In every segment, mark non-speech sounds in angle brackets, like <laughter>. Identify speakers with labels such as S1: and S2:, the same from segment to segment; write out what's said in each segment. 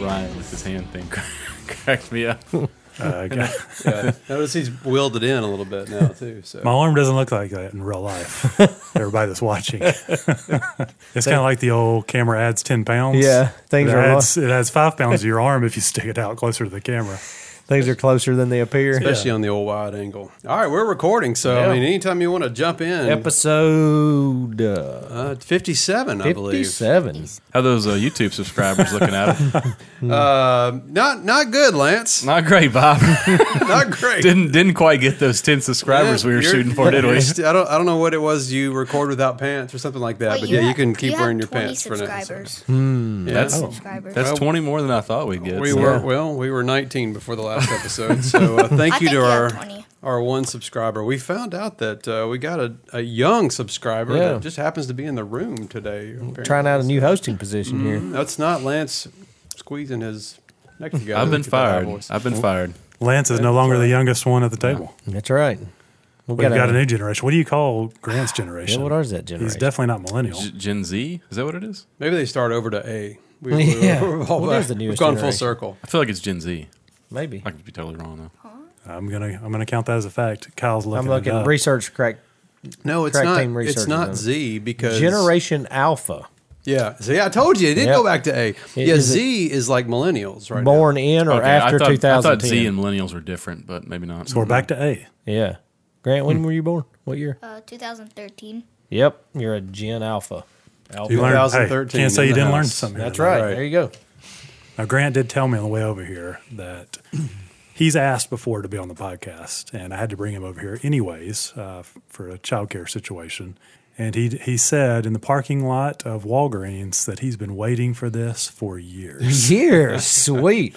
S1: Ryan with his hand thing <laughs> cracked me up.
S2: Uh, God.
S3: Yeah. Notice he's willed it in a little bit
S1: <laughs>
S3: now too. So
S2: My arm doesn't look like that in real life.
S4: <laughs>
S2: Everybody that's watching, it's kind of like the old camera adds ten pounds.
S4: Yeah, things
S2: it
S4: are lo-
S2: adds, it adds five pounds to your arm if you stick it out closer to the camera.
S4: Things are closer than they appear.
S3: especially on the old wide angle. All right, we're recording, so I mean, anytime you want to jump in,
S4: Episode uh,
S3: uh, fifty-seven, I believe.
S4: fifty-seven.
S1: How those uh, YouTube subscribers looking at
S3: <laughs>
S1: it?
S3: Uh, not not good,
S1: <laughs>
S3: Lance.
S1: Not great, Bob.
S3: Not great. <laughs>
S1: didn't didn't quite get those ten subscribers we were
S3: You're-
S1: shooting for, did
S3: you're
S1: we?
S3: st- <laughs> I don't I don't know what it was. You record without pants or something like that.
S5: Wait,
S3: but yeah, you
S5: have-
S3: can keep
S5: you have
S3: wearing your
S5: 20
S3: pants for now. so- Hmm.
S5: subscribers.
S3: Yeah.
S1: Mm, That's <laughs>
S5: Subscribers.
S1: that's
S3: Well,
S1: twenty more than I thought we'd get.
S3: We
S1: so-
S3: were well. We were 19 before the
S1: <laughs>
S3: last episode, so uh, thank
S5: I
S3: you to
S5: think you have
S3: our
S5: 20.
S3: our one subscriber. We found out that uh, we got a, a young subscriber
S4: Yeah.
S3: that just happens to be in the room today. apparently.
S4: Trying out a new hosting position here.
S3: That's not Lance squeezing his neck together.
S1: I've been
S3: Look at that
S1: fired.
S3: voice. Oh.
S1: I've been fired.
S2: Lance is no longer the youngest one at the table.
S4: That's right. We
S2: We've got a new generation. What do you call Grant's generation?
S4: what is that
S2: He's
S4: generation?
S2: definitely not millennial.
S1: G- Gen Z is that what it is?
S3: Maybe they start over to A. We,
S4: <laughs> Yeah.
S3: we're all back.
S4: Well, there's the
S3: We've
S4: newest
S3: gone full
S4: generation.
S3: circle.
S1: I feel like it's Gen Z.
S4: Maybe
S1: I could be totally wrong though.
S2: I'm gonna I'm gonna count that as a fact. Kyle's looking.
S4: I'm
S2: it
S4: looking
S2: up.
S4: research correct.
S3: No, it's
S4: Correct
S3: not.
S4: team research
S3: It's
S4: is on
S3: not
S4: it.
S3: Z because
S4: Generation Alpha,
S3: Yeah, see, I told you it did
S4: Yep.
S3: go back to A. yeah,
S4: is it-
S3: Z is like millennials, right? now.
S4: born in or
S1: Okay,
S4: after
S1: I thought, I thought
S4: 2010.
S1: Z and millennials were different, but maybe not.
S2: So we're back to A.
S4: yeah, Grant,
S1: Hmm.
S4: when were you born? What year?
S5: Uh, 2013.
S4: Yep, you're a Gen Alpha. Alpha.
S2: You learned. Hey,
S3: 2013
S2: can't say
S3: Oh, in
S2: you
S3: the
S2: didn't learn
S3: house.
S2: something.
S4: That's
S2: today.
S4: right.
S3: Right.
S4: There you go.
S2: Now, Grant did tell me on the way over here that he's asked before to be on the podcast, and I had to bring him over here anyways uh, f- for a childcare situation. And he he said in the parking lot of Walgreens that he's been waiting for this
S1: <laughs>
S2: for years.
S4: <laughs> Years, sweet.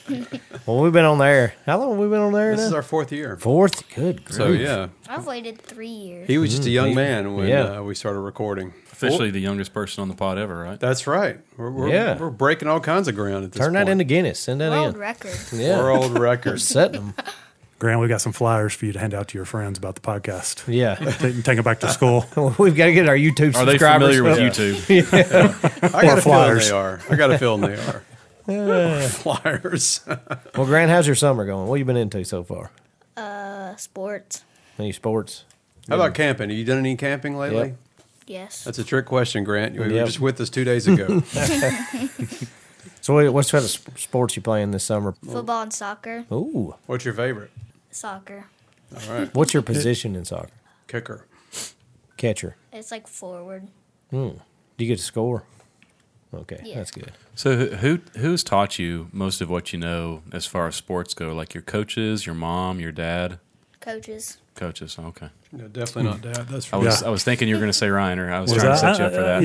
S4: well, we've been on there. How long have we been on there?
S3: This
S4: now?
S3: is our fourth year.
S4: fourth. Good.
S3: So
S4: grief.
S3: yeah,
S5: I've waited three years.
S3: he was just a young man when
S4: Mm-hmm. yeah.
S3: uh, we started recording.
S1: Officially the youngest person on the pod ever, right?
S3: That's right. We're, we're,
S4: Yeah.
S3: we're breaking all kinds of ground at this
S4: Turn that
S3: point.
S4: into Guinness. Send
S3: oh,
S4: that
S5: World
S4: in.
S5: record.
S4: Yeah.
S3: world records.
S4: <laughs> Setting them.
S1: <laughs>
S2: Grant, we got some flyers for you to hand out to your friends about the podcast.
S4: Yeah. <laughs>
S2: Take, take them back
S1: <laughs>
S2: to school.
S4: We've got to get our YouTube
S1: Are they
S4: subscribers.
S1: familiar with YouTube?
S3: I got a feeling
S2: flyers.
S3: they are. I got a feeling they
S4: <laughs>
S3: are. <laughs> flyers.
S4: Well, Grant, how's your summer going? What you been into so far?
S5: Uh, sports.
S4: Any sports?
S3: How about camping? Have you done any camping lately?
S4: Yep.
S5: Yes.
S3: That's a trick question, Grant. You were
S4: Yep.
S3: just with us two days
S4: <laughs>
S3: ago.
S4: So, what, what sort of sp- sports you playing this summer?
S5: Football and soccer.
S4: Ooh,
S3: What's your favorite?
S5: Soccer.
S3: All right,
S4: what's your position in soccer?
S3: kicker.
S4: Catcher.
S5: It's like forward.
S4: Do you get to score? Okay,
S5: Yeah.
S4: that's good.
S1: So who- who who's taught you most of what you know as far as sports go? Like your coaches, your mom, your dad,
S5: Coaches.
S1: coaches. Okay,
S3: No, definitely
S4: <clears throat>
S3: not dad. That's
S1: I
S3: for
S1: was
S2: Yeah.
S1: I was thinking you were going to say Ryan, or I was,
S2: Was
S1: trying
S2: I-
S1: to set you up for that.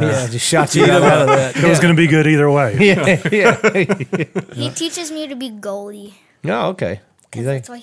S2: Yeah.
S4: Yeah, just shot <laughs> you right out of that.
S2: It was going to be good either way.
S4: Yeah, yeah.
S5: He teaches me to be goalie.
S4: no, okay. You
S5: 'cause
S4: think?
S5: That's what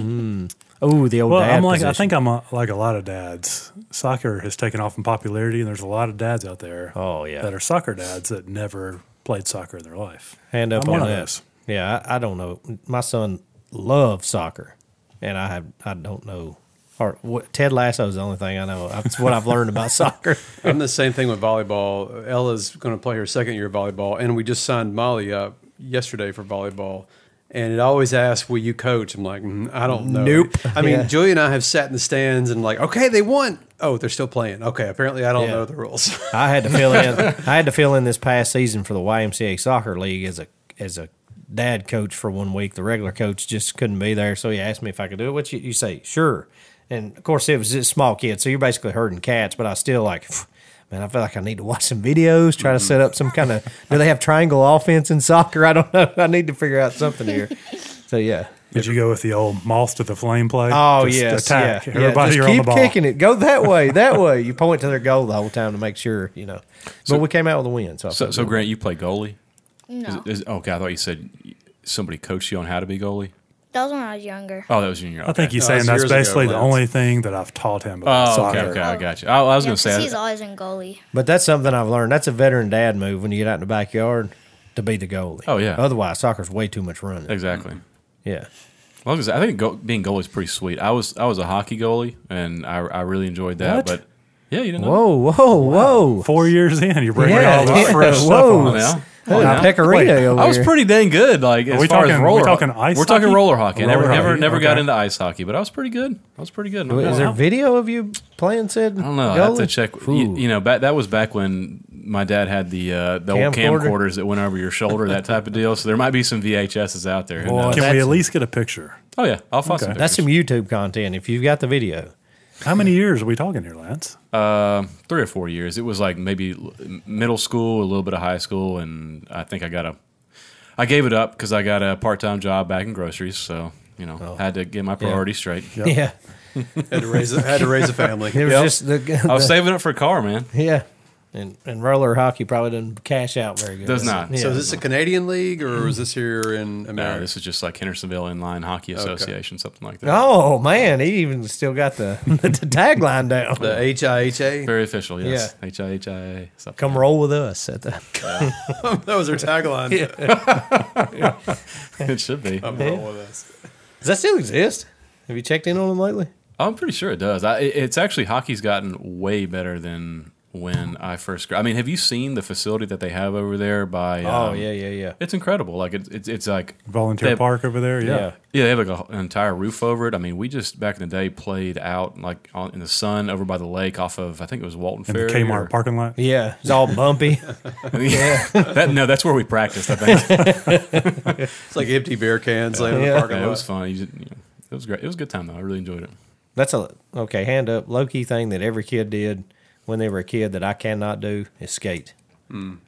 S5: he
S3: <laughs>
S5: does.
S4: Oh, the old
S2: Well,
S4: dad
S2: I'm like I
S4: position.
S2: think I'm a, like a lot of dads. Soccer has taken off in popularity, and there's a lot of dads out there.
S4: Oh, yeah.
S2: that are soccer dads that never played soccer in their life.
S4: Hand up
S2: I'm
S4: on
S2: one of
S4: that.
S2: those.
S4: Yeah, I, I don't know. My son loves soccer, and I have I don't know. Or what, Ted Lasso is the only thing I know. That's what I've learned about <laughs> soccer.
S3: I'm the same thing with volleyball. Ella's going to play her second year of volleyball, and we just signed Molly up yesterday for volleyball. And it always asks, "Will you coach?" I'm like, "Mm, "I don't know."
S4: Nope.
S3: I mean,
S4: Yeah.
S3: Julia and I have sat in the stands and like, "Okay, they won." Oh, they're still playing. Okay, apparently I don't
S4: Yeah.
S3: know the rules.
S4: I had to fill <laughs> in. I had to fill in this past season for the YMCA soccer league as a as a dad coach for one week. The regular coach just couldn't be there, so he asked me if I could do it. What you, you say? Sure. And of course, it was just small kids, so you're basically herding cats. But I still like, <sighs> man, I feel like I need to watch some videos, try to set up some kind of. Do they have triangle offense in soccer? I don't know. <laughs> I need to figure out something here. So yeah.
S2: Did you go with the old moth to the flame play?
S4: Oh
S2: Just
S4: yes,
S2: attack
S4: yeah, yeah.
S2: everybody.
S4: Just
S2: you're
S4: keep
S2: on the ball.
S4: kicking it. Go that way, that way. You point to their goal the whole time to make sure you know. but we came out with a win, so I
S1: So,
S4: felt
S1: so
S4: good.
S1: Grant, you play goalie? Is,
S5: No.
S1: is, oh, okay, I thought you said somebody coached you on how to be goalie.
S5: That was when I was younger.
S1: Oh, that was junior. Okay.
S2: I think he's
S3: No,
S2: saying
S3: that's
S2: that's
S3: years ago,
S2: basically the
S3: Lance.
S2: only thing that I've taught him about
S1: Oh, okay,
S2: soccer.
S1: okay, I got you. I, I was
S5: Yeah,
S1: going to
S5: 'cause
S1: say,
S5: he's always in goalie.
S4: But that's something I've learned. That's a veteran dad move when you get out in the backyard to be the goalie.
S1: Oh, yeah.
S4: Otherwise, soccer's way too much running.
S1: exactly.
S4: Yeah.
S1: As long as I think go, being goalie is pretty sweet. I was I was a hockey goalie, and I, I really enjoyed that.
S2: What?
S1: But yeah, you didn't know.
S4: Whoa, whoa, whoa.
S2: Four years in, you're bringing
S4: Yeah,
S2: all this
S4: yeah.
S2: fresh stuff
S4: Whoa.
S2: on us.
S1: Yeah. Come on
S4: Hey,
S1: now.
S4: Pecorino
S2: Wait,
S4: over
S1: I was
S4: here.
S1: pretty dang good. Like as
S2: we
S1: far as
S2: talking-
S1: roller,
S2: we talking ice
S1: We're talking
S2: hockey?
S1: roller hockey. I
S2: Roller
S1: never, never,
S2: hockey,
S1: never got
S2: okay.
S1: into ice hockey, but I was pretty good. I was pretty good.
S4: Is there
S2: Wow.
S4: video of you playing said?
S1: I don't know. I have to check. You, you know, back, that was back when my dad had the uh, the old
S4: Camcorder.
S1: camcorders that went over your shoulder, that type of deal. So there might be some VHSs out there. Who
S4: Boy,
S1: knows?
S2: Can we
S4: that's-
S2: at least get a picture?
S1: Oh yeah, I'll find some.
S4: That's some
S1: pictures.
S4: YouTube content. If you've got the video,
S2: How many years are we talking here, Lance?
S1: Uh, three or four years. It was like maybe l- middle school, a little bit of high school, and I think I got a. I gave it up because I got a part time job back in groceries, so you know
S2: Oh.
S1: had to get my priorities straight.
S4: yeah,
S3: <laughs> Had to raise a, had to raise a
S4: <laughs>
S3: family.
S4: it was
S1: Yep. Oh.
S4: just the,
S1: I was
S4: the-
S1: saving up for a car, man.
S4: yeah, and and roller hockey probably doesn't cash out very good.
S1: Does not.
S4: Yeah.
S1: So
S3: So is this a Canadian league or is this here in
S1: No,
S3: America?
S1: this is just like Hendersonville Inline Hockey Association, something like that.
S4: oh man, he even still got the <laughs> the tagline down.
S3: the HIHA.
S4: <laughs>
S1: Very official, yes. H I H I something.
S4: Come roll with us at the
S3: <laughs> that was their tagline.
S1: It should be.
S3: I'm rolling with us.
S4: Does that still exist? Have you checked in on them lately?
S1: I'm pretty sure it does. I, it- it's actually hockey's gotten way better than when I first. gra- I mean, have you seen the facility that they have over there? By
S4: Oh
S1: um,
S4: yeah, yeah, yeah.
S1: it's incredible. Like it's it's, it's like
S2: Volunteer
S1: They-
S2: park over there. Yeah.
S4: Yeah.
S1: Yeah, they have like a, an entire roof over it. I mean, we just back in the day played out like on, in the sun over by the lake off of I think it was Walton
S2: In the
S1: Ferry
S2: Kmart
S1: or-
S2: parking lot.
S4: Yeah, it's all
S1: <laughs>
S4: bumpy.
S1: yeah, that, no, that's where we practiced. I think
S3: It's like empty beer cans laying in
S4: Yeah.
S3: the parking
S1: Yeah, it was
S3: lot.
S1: fun. You just- you know, it was great. It was a good time though. I really enjoyed it.
S4: That's a okay hand up low key thing that every kid did when they were a kid that I cannot do is skate.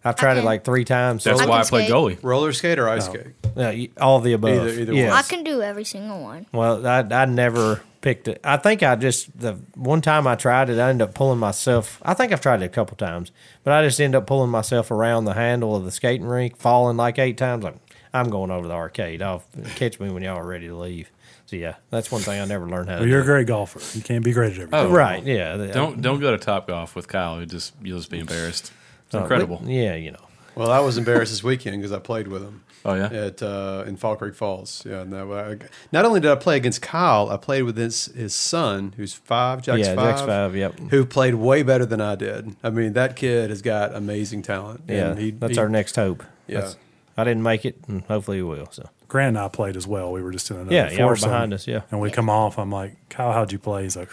S4: I've tried it
S5: Okay.
S4: like three times.
S1: That's
S5: I
S1: why I
S5: can
S1: played
S5: skate.
S1: goalie.
S3: Roller skate or ice skate?
S4: Uh, y- all the above.
S3: Either- either
S4: Yes.
S5: I can do every single one.
S4: Well, I, I never picked it. I think I just the one time I tried it, I ended up pulling myself. I think I've tried it a couple times, but I just ended up pulling myself around the handle of the skating rink, falling like eight times. Like I'm going over the arcade. I'll catch me when y'all are ready to leave. So yeah, that's one thing I never learned how to.
S2: Well, you're a
S4: do.
S2: great golfer. You can't be great at everything.
S1: Oh,
S4: right? Yeah. the-
S1: Don't don't go to Top Golf with Kyle. You just you'll just be embarrassed. It's
S4: uh,
S1: incredible.
S4: yeah, you know.
S3: Well, I was embarrassed this weekend because I played with him.
S1: Oh, yeah?
S3: at uh, in Fall Creek Falls. Yeah, and that, I, not only did I play against Kyle, I played with his, his son, who's five, Jack's
S4: Yeah,
S3: five,
S4: Jack's five, yep.
S3: who played way better than I did. I mean, that kid has got amazing talent.
S4: Yeah,
S3: And he-
S4: that's
S3: he-
S4: our next hope.
S3: Yeah.
S4: That's- I didn't make it, and hopefully we will. So <laughs>
S2: Grant and I played as well. We were just in another
S4: Yeah, yeah, we're
S2: foursome,
S4: behind us, yeah.
S2: and we come off. I'm like, Kyle, how'd you play? He's like,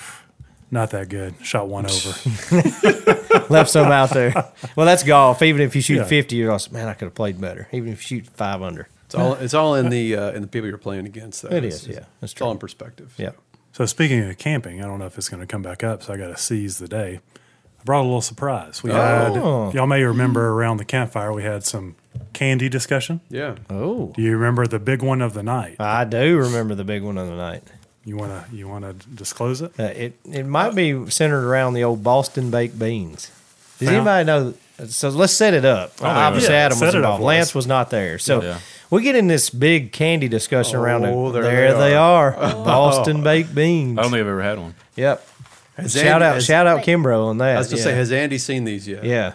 S2: not that good. Shot one
S4: <laughs>
S2: over.
S4: left some out there. Well, that's golf. Even if you shoot
S2: Yeah.
S4: fifty, you're like, man, I could have played better. Even if you shoot five under.
S3: It's all it's all in the uh, in the people you're playing against. Though.
S4: It
S3: It's-
S4: is, yeah. That's
S3: it's all
S4: true.
S3: in perspective.
S4: Yep.
S2: So speaking of camping, I don't know if it's going to come back up, so I got to seize the day. I brought a little surprise. We
S4: Oh.
S2: had y'all may remember around the campfire we had some candy discussion.
S3: yeah.
S4: Oh,
S2: Do you remember the big one of the night?
S4: I do remember the big one of the night.
S2: You wanna you wanna disclose it?
S4: Uh, it it might be centered around the old Boston baked beans. Does
S2: Now-
S4: anybody know? So let's set it up. Obviously,
S2: yeah.
S4: Adam
S2: Set
S4: was
S2: it up
S4: involved.
S2: for
S4: Lance
S2: us.
S4: was not there. So
S1: Yeah.
S4: we get in this big candy discussion around
S3: Oh,
S4: it. There,
S3: there
S4: they
S3: they
S4: are, Boston baked beans.
S1: I don't think I've ever had one.
S4: Yep.
S3: Has
S4: shout
S3: Andy-
S4: out,
S3: has-
S4: shout out, Kimbro on that.
S3: I was gonna
S4: yeah.
S3: say, has Andy seen these yet?
S4: yeah.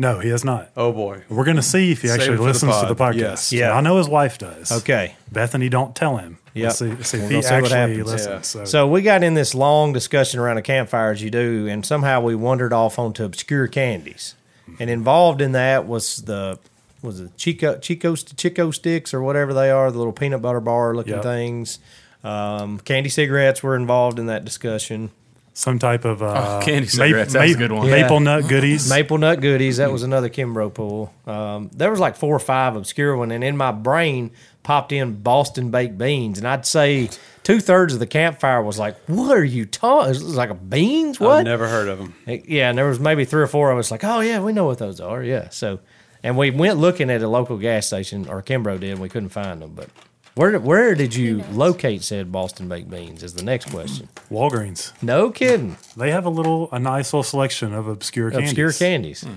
S2: No, he has not.
S3: Oh boy.
S2: We're gonna see if he
S3: Save it
S2: actually
S3: for the
S2: listens to the
S3: pod.
S2: podcast.
S3: Yes.
S4: Yeah.
S2: I know his wife does.
S4: Okay.
S2: Bethany, don't tell him.
S4: Yep.
S2: Let's see, let's see
S4: We're
S2: if
S4: gonna
S2: he
S4: see what
S2: actually
S4: happens.
S2: listens.
S3: Yeah.
S2: So,
S4: So we got in this long discussion around a campfire, as you do, and somehow we wandered off onto obscure candies. And involved in that was the was it Chico Chico's Chico sticks or whatever they are, the little peanut butter bar looking
S2: Yep.
S4: things. Um, candy cigarettes were involved in that discussion.
S2: some type of uh,
S1: Oh, candy cigarettes. That was a good one.
S2: Maple
S4: Yeah.
S2: nut goodies.
S4: Maple nut goodies. That was another Kimbro pool. Um, there was like four or five obscure one, and in my brain popped in Boston baked beans, and I'd say two thirds of the campfire was like, "What are you talking?" It was like a beans. What?
S3: I've never heard of them.
S4: It- yeah, and there was maybe three or four of us like, "Oh yeah, we know what those are." Yeah, so and we went looking at a local gas station, or Kimbro did, and we couldn't find them. But where where did you locate said Boston baked beans? Is the next question.
S2: Walgreens.
S4: No kidding.
S2: They have a little, a nice little selection of obscure candies.
S4: Obscure candies.
S3: Hmm.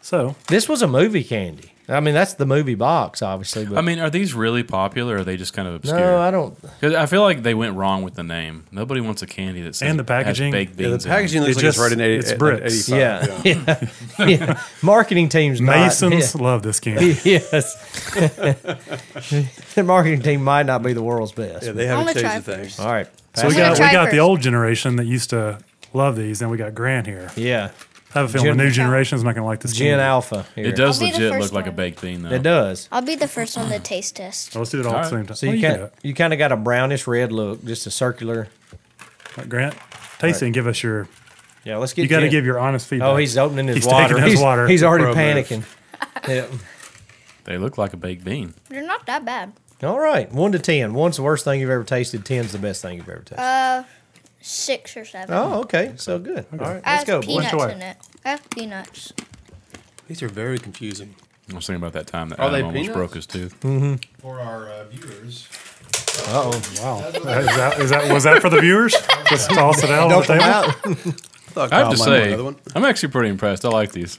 S2: So
S4: This was a movie candy. I mean, that's the movie box, obviously. But
S1: I mean, are these really popular? or Are they just kind of obscure?
S4: no, I don't.
S1: 'Cause I feel like they went wrong with the name. Nobody wants a candy that says
S2: And the packaging.
S1: Has baked
S3: Yeah,
S1: beans
S3: the
S1: in it.
S3: packaging looks
S2: It
S3: like
S2: just-
S3: it's right in uh, 80,
S2: it's
S3: like
S2: bricks.
S3: 85.
S4: Yeah, yeah. <laughs> yeah. Marketing team's not-
S2: Masons
S4: yeah.
S2: love this candy.
S4: <laughs> yes, <laughs> their marketing team might not be the world's best.
S3: Yeah, they
S5: I'm
S3: haven't
S5: gonna
S3: changed the
S5: try
S3: things.
S4: All right,
S2: So we
S5: I'm gonna
S2: got we
S5: try
S2: got the
S5: first.
S2: old generation that used to love these, and we got Grant here.
S4: Yeah.
S2: I have a feeling
S4: Gen-
S2: the new generation's not going to like this.
S4: Gen
S2: candy.
S4: Alpha. Here.
S1: It does
S5: I'll be the
S1: legit
S5: first
S1: look like a
S5: one.
S1: baked bean, though.
S4: It does.
S5: I'll be the first one to taste test.
S2: Oh, let's do it all, at the
S1: All right.
S2: same time.
S4: So
S2: Well,
S4: you
S2: can
S4: can you kind of got a brownish red look, just a circular.
S2: do it. Grant, taste it and give us your.
S4: Yeah, let's get.
S2: You got to
S4: Jen-
S2: give your honest feedback.
S4: Oh, he's opening his
S2: He's taking
S4: water.
S2: his
S4: he's,
S2: water.
S4: he's already
S3: Pro move.
S4: panicking. <laughs> yeah.
S1: They look like a baked bean.
S5: They're not that bad.
S4: All right, one to ten. One's the worst thing you've ever tasted. Ten's the best thing you've ever tasted.
S5: Six or seven.
S4: oh, okay. So good. All right,
S5: I
S4: let's
S5: have
S4: go. boys.
S5: peanuts
S2: away.
S5: in it. I have peanuts.
S3: These are very confusing.
S1: I was thinking about that time that
S3: Are
S1: Adam
S3: they
S1: almost
S3: peanuts?
S1: broke his tooth.
S6: For our uh, viewers,
S4: Uh-oh.
S2: wow. is that, is that was that for the
S4: <laughs>
S2: viewers? Just toss it out on the table.
S3: I, thought
S1: I have
S3: Kyle
S1: to
S3: might want
S1: say,
S3: another one.
S1: I'm actually pretty impressed. I like these.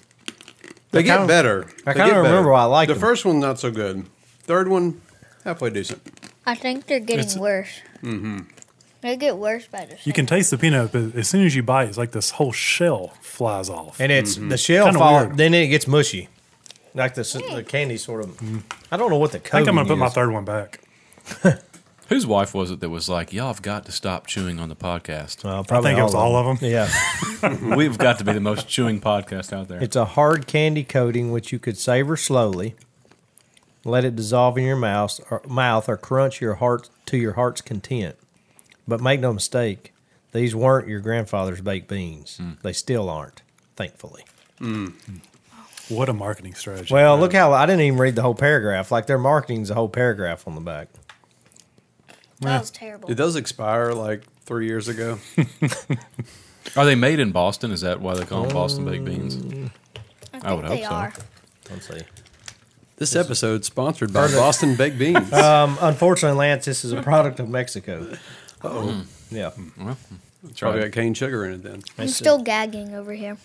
S3: They get
S4: kinda-
S3: better.
S4: I
S3: They get
S4: kinda
S3: better.
S4: remember why I liked
S3: the
S4: them.
S3: first one. Not so good. Third one, halfway decent.
S5: I think they're getting worse. Mm-hmm. They get worse by the
S2: You can taste the peanut, but as soon as you bite, it's like this whole shell flies off.
S4: And it's the shell
S2: Kinda
S4: fall.
S2: weird.
S4: Then it gets mushy, like the, s- the candy sort of. I don't know what the
S2: Mm-hmm. I
S4: coating
S2: think I'm going to put my
S4: is.
S2: third one back.
S1: Whose wife was it that was like, "Y'all have got to stop chewing on the podcast.
S4: Well,
S2: I
S4: probably
S2: think it was all of them. <laughs>
S4: Yeah,
S1: We've got to be the most chewing podcast out there."
S4: it's a hard candy coating which you could savor slowly, let it dissolve in your mouth or, mouth or crunch your heart to your heart's content. But make no mistake, these weren't your grandfather's baked beans. They still aren't, thankfully.
S2: What a marketing strategy.
S4: Well, look how I didn't even read the whole paragraph. Like their marketing's a whole paragraph on the back.
S5: That was terrible.
S3: Did those expire like three years ago?
S1: Are they made in Boston? Is that why they call them Boston baked beans?
S5: I think
S1: I would hope
S5: they
S1: so.
S5: are.
S4: Let's see.
S3: This episode sponsored by Boston Baked Beans.
S4: Um, unfortunately, Lance, this is a product of Mexico. Oh, yeah.
S3: Probably got cane sugar in it then.
S5: I'm still gagging over here.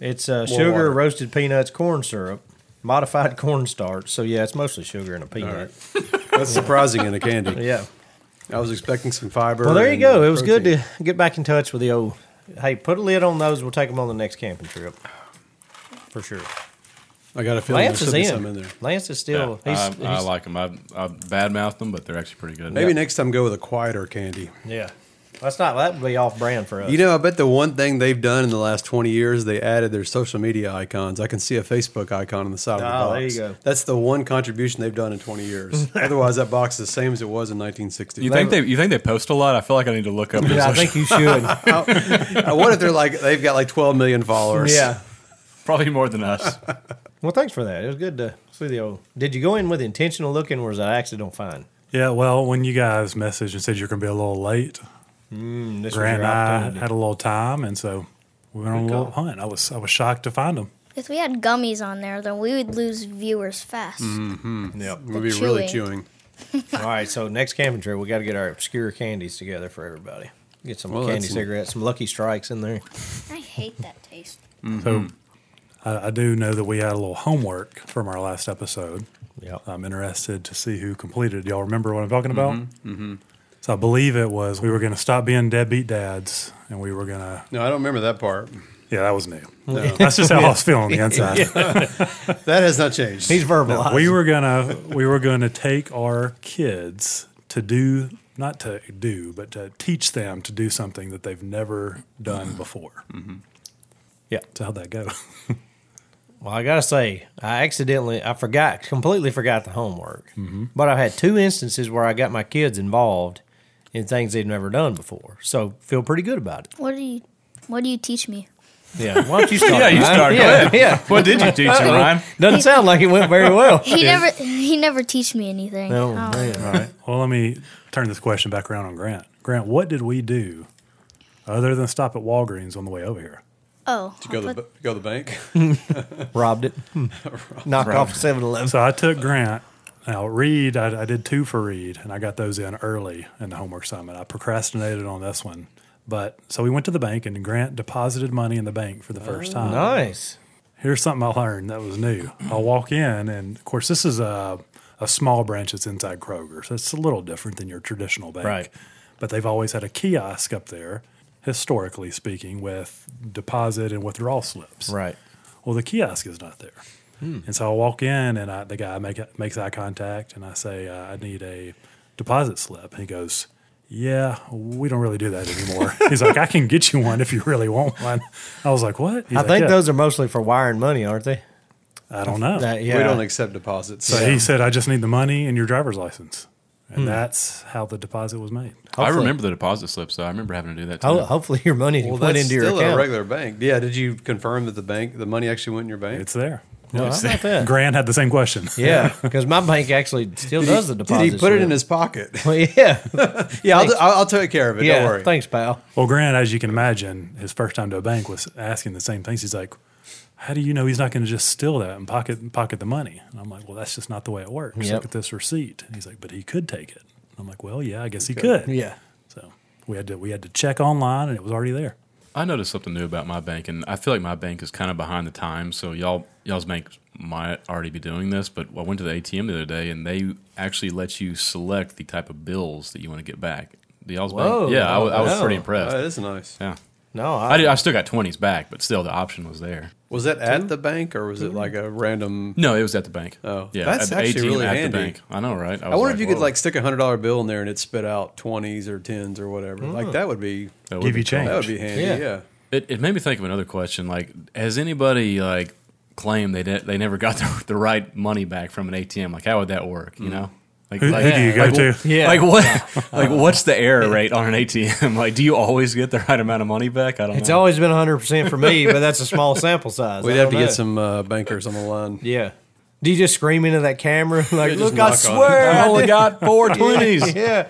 S4: It's uh,
S3: More
S4: sugar,
S3: water.
S4: roasted peanuts, corn syrup, modified <laughs> corn starch. So yeah, it's mostly sugar and a peanut.
S3: That's surprising in a candy.
S4: <laughs> Yeah.
S3: I was expecting some fiber.
S4: Well, there you
S3: and,
S4: go.
S3: uh,
S4: It was good
S3: protein.
S4: to get back in touch with the old. Hey, put a lid on those. We'll take them on the next camping trip. For sure.
S3: I got a feeling
S4: Lance
S3: there should
S4: is
S3: be
S4: in.
S3: some in there.
S4: Lance is
S1: Yeah,
S4: still.
S1: I,
S4: Oh, he's,
S1: I
S4: he's-
S1: like them. I, I badmouth them, but they're actually pretty good.
S3: Maybe next time go with a quieter candy.
S4: Yeah. That's not. That would be off brand for us.
S3: You know, I bet the one thing they've done in the last 20 years, they added their social media icons. I can see a Facebook icon on the side
S4: Ah,
S3: of the
S4: there
S3: box.
S4: you go.
S3: That's the one contribution they've done in 20
S4: <laughs>
S3: years. Otherwise, that box is the same as it was in 1960.
S1: You think they? You think they post a lot? I feel like I need to look up. their <laughs>
S4: yeah, I
S1: social-
S4: think you should.
S3: I wonder if they're like, they've got like 12 million followers.
S4: yeah.
S1: probably more than us.
S4: Well, thanks for that. It was good to see the old. Did you go in with intentional looking, or was that accident find?
S2: yeah, well, when you guys messaged and said you're going to be a little late,
S4: Mm, this was
S2: Grant and
S4: your
S2: I
S4: opportunity.
S2: had a little time, and so we went on a little hunt. I was I was shocked to find them.
S5: If we had gummies on there, then we would lose viewers fast.
S3: Mm-hmm.
S4: Yep.
S3: We'll be really
S5: chewing.
S3: chewing.
S4: All right, so next camping trip, we got to get our obscure candies together for everybody. Get some
S3: Well,
S4: candy
S3: that's-
S4: cigarettes, some Lucky Strikes in there.
S5: I hate that taste.
S2: So I, I do know that we had a little homework from our last episode.
S4: Yep.
S2: I'm interested to see who completed. Y'all remember what I'm talking about? Mm-hmm. So I believe it was we were going to stop being deadbeat dads, and we were going to.
S3: No, I don't remember that part.
S2: Yeah, that was new.
S4: <laughs>
S3: No. <laughs>
S2: That's just how I <laughs> was feeling on the inside.
S3: That has not changed.
S4: He's verbalized.
S2: We were gonna we were gonna take our kids to do not to do, but to teach them to do something that they've never done before.
S4: Yeah.
S2: So how'd that go?
S4: well, I gotta say, I accidentally, I forgot, completely forgot the homework. But I've had two instances where I got my kids involved in things they've never done before, so feel pretty good about it.
S5: What do you What do you teach
S1: <laughs>
S5: me?
S4: Yeah. Why don't you start?
S1: Yeah, you
S4: Ryan?
S1: start. Go
S4: Yeah.
S1: ahead.
S4: yeah.
S1: What did you teach him, Ryan?
S4: Doesn't sound like it went very well.
S5: He never He never teach me anything.
S4: Oh,
S5: Oh.
S4: man.
S2: All right. Well, let me turn this question back around on Grant. Grant, what did we do other than stop at Walgreens on the way over here?
S5: Oh,
S3: Did you go to the,
S5: I'll put-
S3: go to the bank?
S4: Robbed it. Knocked off 7 Eleven.
S2: So I took Grant. Now Reed, I, I did two for Reed, and I got those in early in the homework assignment. I procrastinated on this one, but so we went to the bank, and Grant deposited money in the bank for the first time.
S4: Nice.
S2: here's something I learned that was new. I walk in, and of course, this is a, a small branch that's inside Kroger, so it's a little different than your traditional bank.
S4: Right.
S2: But they've always had a kiosk up there, historically speaking, with deposit and withdrawal slips.
S4: Right. Hmm.
S2: Well, the kiosk is not there. And so I walk in, and I, the guy make, makes eye contact, and I say, uh, I need a deposit slip. And he goes, yeah, we don't really do that
S4: <laughs>
S2: anymore. He's like, I can get you one if you really want one. I was like, what? He's
S4: I
S2: like,
S4: think
S2: "Yeah."
S4: those are mostly for wiring money, aren't they?
S2: I don't know.
S4: That- yeah.
S3: We don't accept deposits.
S2: so he said, I just need the money and your driver's license. And that's how the deposit was made.
S1: I
S4: Hopefully.
S1: remember the deposit slip, so I remember having to do that too.
S4: Ho- Hopefully, your money
S3: well,
S4: went
S3: that's
S4: into your
S3: still
S4: account.
S3: a regular bank. Yeah. Did you confirm that the bank, the money actually went in your bank?
S2: It's there.
S4: no, how about that?
S2: Grant had the same question.
S4: Yeah, <laughs> because my bank actually still does the deposit.
S3: Did he put it in
S4: slip.
S3: his pocket? <laughs>
S4: Well, yeah,
S3: yeah, I'll,
S4: Thanks.
S3: I'll, I'll take care of it.
S4: yeah.
S3: Don't worry.
S4: Thanks, pal.
S2: Well, Grant, as you can imagine, his first time to a bank was asking the same things. He's like, "How do you know he's not going to just steal that and pocket pocket the money?" And I'm like, "Well, that's just not the way it works.
S4: Yep.
S2: Look at this receipt." And he's like, "But he could take it." I'm like, "Well, yeah, I guess he could."
S4: Yeah,
S2: So we had to we had to check online, and it was already there.
S1: I noticed something new about my bank, and I feel like my bank is kind of behind the times. So y'all y'all's bank might already be doing this, but I went to the ATM the other day, and they actually let you select the type of bills that you want to get back. The y'all's
S4: Whoa.
S1: bank, yeah, I, wa- I was
S4: Oh, Wow.
S3: Oh.
S1: pretty impressed.
S3: That is nice.
S1: yeah,
S4: no,
S1: I,
S4: I,
S1: did, I still got twenties back, but still the option was there.
S3: Was that at the bank or was it like a random?
S1: No, it was at the bank.
S3: Oh,
S1: yeah,
S3: that's
S1: at the
S3: actually
S1: ATM
S3: really
S1: at
S3: handy.
S1: the bank. I know, right?
S3: I
S1: was
S3: wonder if you could
S1: whoa.
S3: like stick a hundred dollar bill in there and it spit out twenties or tens or whatever. Like that would be
S1: That would
S2: give
S1: be cool.
S2: you change.
S3: that would be handy.
S4: Hmm. Yeah.
S3: Yeah.
S1: It, it made me think of another question. Like, has anybody like claimed they de- they never got the, the right money back from an ATM? Like, how would that work? You know, like,
S2: Who-
S1: like-
S2: who do you go
S1: like,
S2: to?
S1: wh-
S4: Yeah.
S1: like what? Like, what's the error rate on an ATM? <laughs> Like, do you always get the right amount of money back? I don't
S4: it's
S1: know.
S4: always been hundred percent for me, but that's a
S3: <laughs>
S4: small sample size.
S3: We'd
S4: I
S3: have to
S4: don't know.
S3: get some uh, bankers on the line.
S4: Yeah. Do you just scream into that camera <laughs> like,
S3: just
S4: "Look,
S3: knock
S4: I
S3: on
S4: swear,
S1: I
S4: I
S1: only got four twenties.
S4: did." <laughs> Yeah.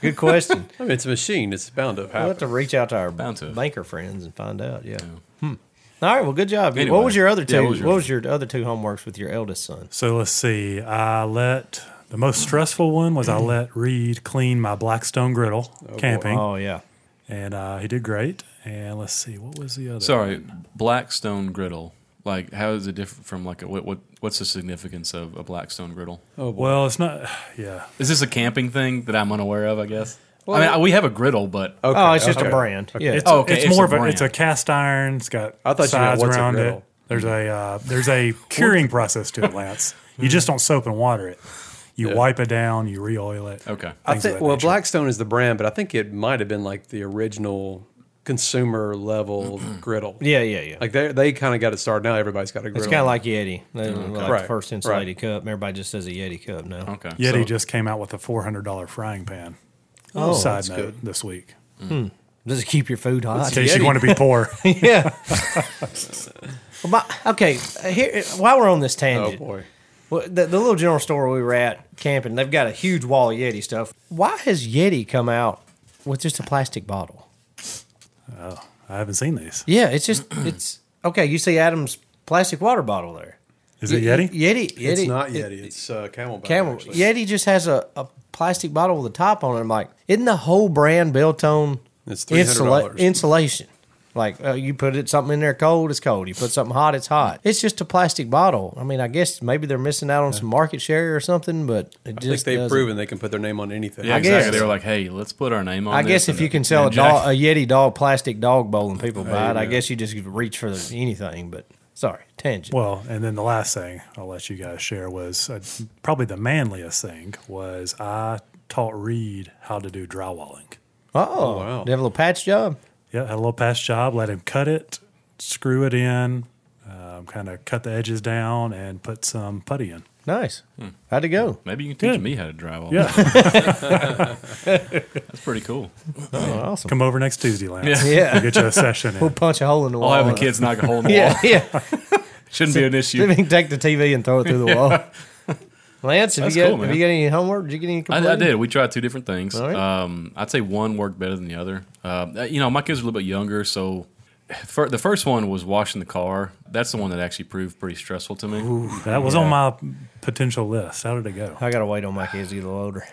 S4: Good question.
S3: <laughs> I mean, it's a machine. It's bound to
S4: We'll have to
S3: happen.
S4: reach out to our
S1: Bound to.
S4: banker friends and find out. Yeah. Hmm. All right. Well, good job.
S1: Anyway.
S4: what was your other two?
S1: Yeah,
S4: what, was your, other two homeworks with your eldest son?
S2: So let's see. I let the most stressful one
S3: <clears throat>
S2: was I let Reed clean my Blackstone griddle camping,
S4: Oh yeah.
S2: and uh, he did great. And let's see, what was the other?
S1: Sorry, Blackstone griddle. Like, how is it different from like a, what what what's the significance of a Blackstone griddle?
S2: Well, it's not. <sighs> Yeah.
S1: Is this a camping thing that I'm unaware of? I guess.
S3: Well-
S1: I mean, I- we have a griddle, but
S4: oh, it's just
S3: okay.
S4: a brand. Yeah.
S2: It's,
S1: Oh, okay,
S2: it's,
S1: it's
S2: more
S1: a
S2: of a,
S1: brand.
S2: it's a cast iron. It's got
S3: I thought you meant
S2: sides
S3: what's a
S2: around it.
S3: griddle.
S2: There's a uh, there's
S3: <laughs>
S2: a curing process to it, Lance. you just don't soap and water it. You wipe it down. You re-oil it.
S1: Okay.
S3: I
S2: things of
S3: think
S2: that
S3: well,
S2: nature.
S3: Blackstone is the brand, but I think it might have been like the original consumer
S1: <clears throat>
S3: level griddle.
S4: yeah. Yeah. Yeah.
S3: Like they they kind of got it started. Now everybody's got a griddle.
S4: it's kind of like Yeti. They were like the
S3: Right, Oh.
S4: first insulated
S3: right.
S4: cup. and Everybody just says a Yeti cup now.
S1: Okay.
S2: Yeti
S1: so-
S2: just came out with a four hundred dollar frying pan.
S4: Oh,
S2: side
S3: that's
S2: note
S3: good.
S2: this week.
S4: Does it keep your food hot?
S3: <laughs>
S4: <laughs>
S2: In case you
S3: Yeti.
S2: want to be poor,
S4: yeah. well, my, okay. Here, while we're on this
S3: oh
S4: tangent,
S3: boy.
S4: Well, the, the little general store we were at camping, they've got a huge wall of Yeti stuff. Why has Yeti come out with just a plastic bottle?
S2: I haven't seen these.
S4: Yeah, it's just <clears throat> it's okay. You see Adam's plastic water bottle there.
S2: Is it Yeti?
S4: Yeti, Yeti,
S3: It's not
S4: it-
S3: Yeti. it's uh, Camelback.
S4: Camel.
S3: actually.
S4: Yeti just has a, a plastic bottle with a top on it. I'm like, isn't the whole brand Beltone
S3: It's $300.
S4: insulation? Like uh, you put it something in there cold, it's cold. You put something hot, it's hot. It's just a plastic bottle. I mean, I guess maybe they're missing out on some market share or something, but it
S3: I think
S4: just
S3: they've
S4: doesn't-
S3: proven they can put their name on anything.
S1: Yeah,
S4: I
S1: exactly.
S4: guess.
S1: They were like, "Hey, let's put our name on."
S4: I
S1: this
S4: guess
S1: and
S4: if you
S1: it-
S4: can sell a, uh,
S1: and Jack-
S4: dog, a Yeti dog plastic dog bowl and people buy it, I
S3: Amen.
S4: guess you just reach for anything. But sorry, tangent.
S2: Well, and then the last thing I'll let you guys share was uh, probably the manliest thing was I taught Reed how to do drywalling.
S4: oh,
S3: wow.
S4: they have a little patch job.
S2: Yeah, had a little past job. Let him cut it, screw it in, um, kind of cut the edges down, and put some putty in.
S4: Nice. How'd it go?
S1: <laughs> maybe you can teach
S2: Yeah.
S1: me how to drywall.
S2: Yeah.
S1: that's pretty
S4: <laughs>
S1: cool.
S4: Oh,
S2: <laughs>
S4: awesome.
S2: Come over next Tuesday,
S1: Yeah.
S2: Lance.
S4: Yeah.
S2: We'll get you a session in. <laughs>
S4: We'll punch a hole in the wall.
S1: I'll have the kids knock a hole in the
S4: Oh. <laughs> Yeah,
S1: wall.
S4: yeah.
S1: <laughs> Shouldn't be an
S4: See if
S1: issue.
S4: we can take the TV and throw it through the wall. Lance, have
S1: That's
S4: you got
S1: cool,
S4: have
S1: man.
S4: you got any homework? Did you get any?
S1: I, <laughs> I
S4: completed?
S1: did. We tried two different things.
S4: All right.
S1: Um, I'd say one worked better than the other. Uh, you know, my kids are a little bit younger, so <sighs> fir- the first one was washing the car. That's the one that actually proved pretty stressful to me.
S2: that was on my potential list. How did it go?
S4: I gotta wait on my kids to get a little older.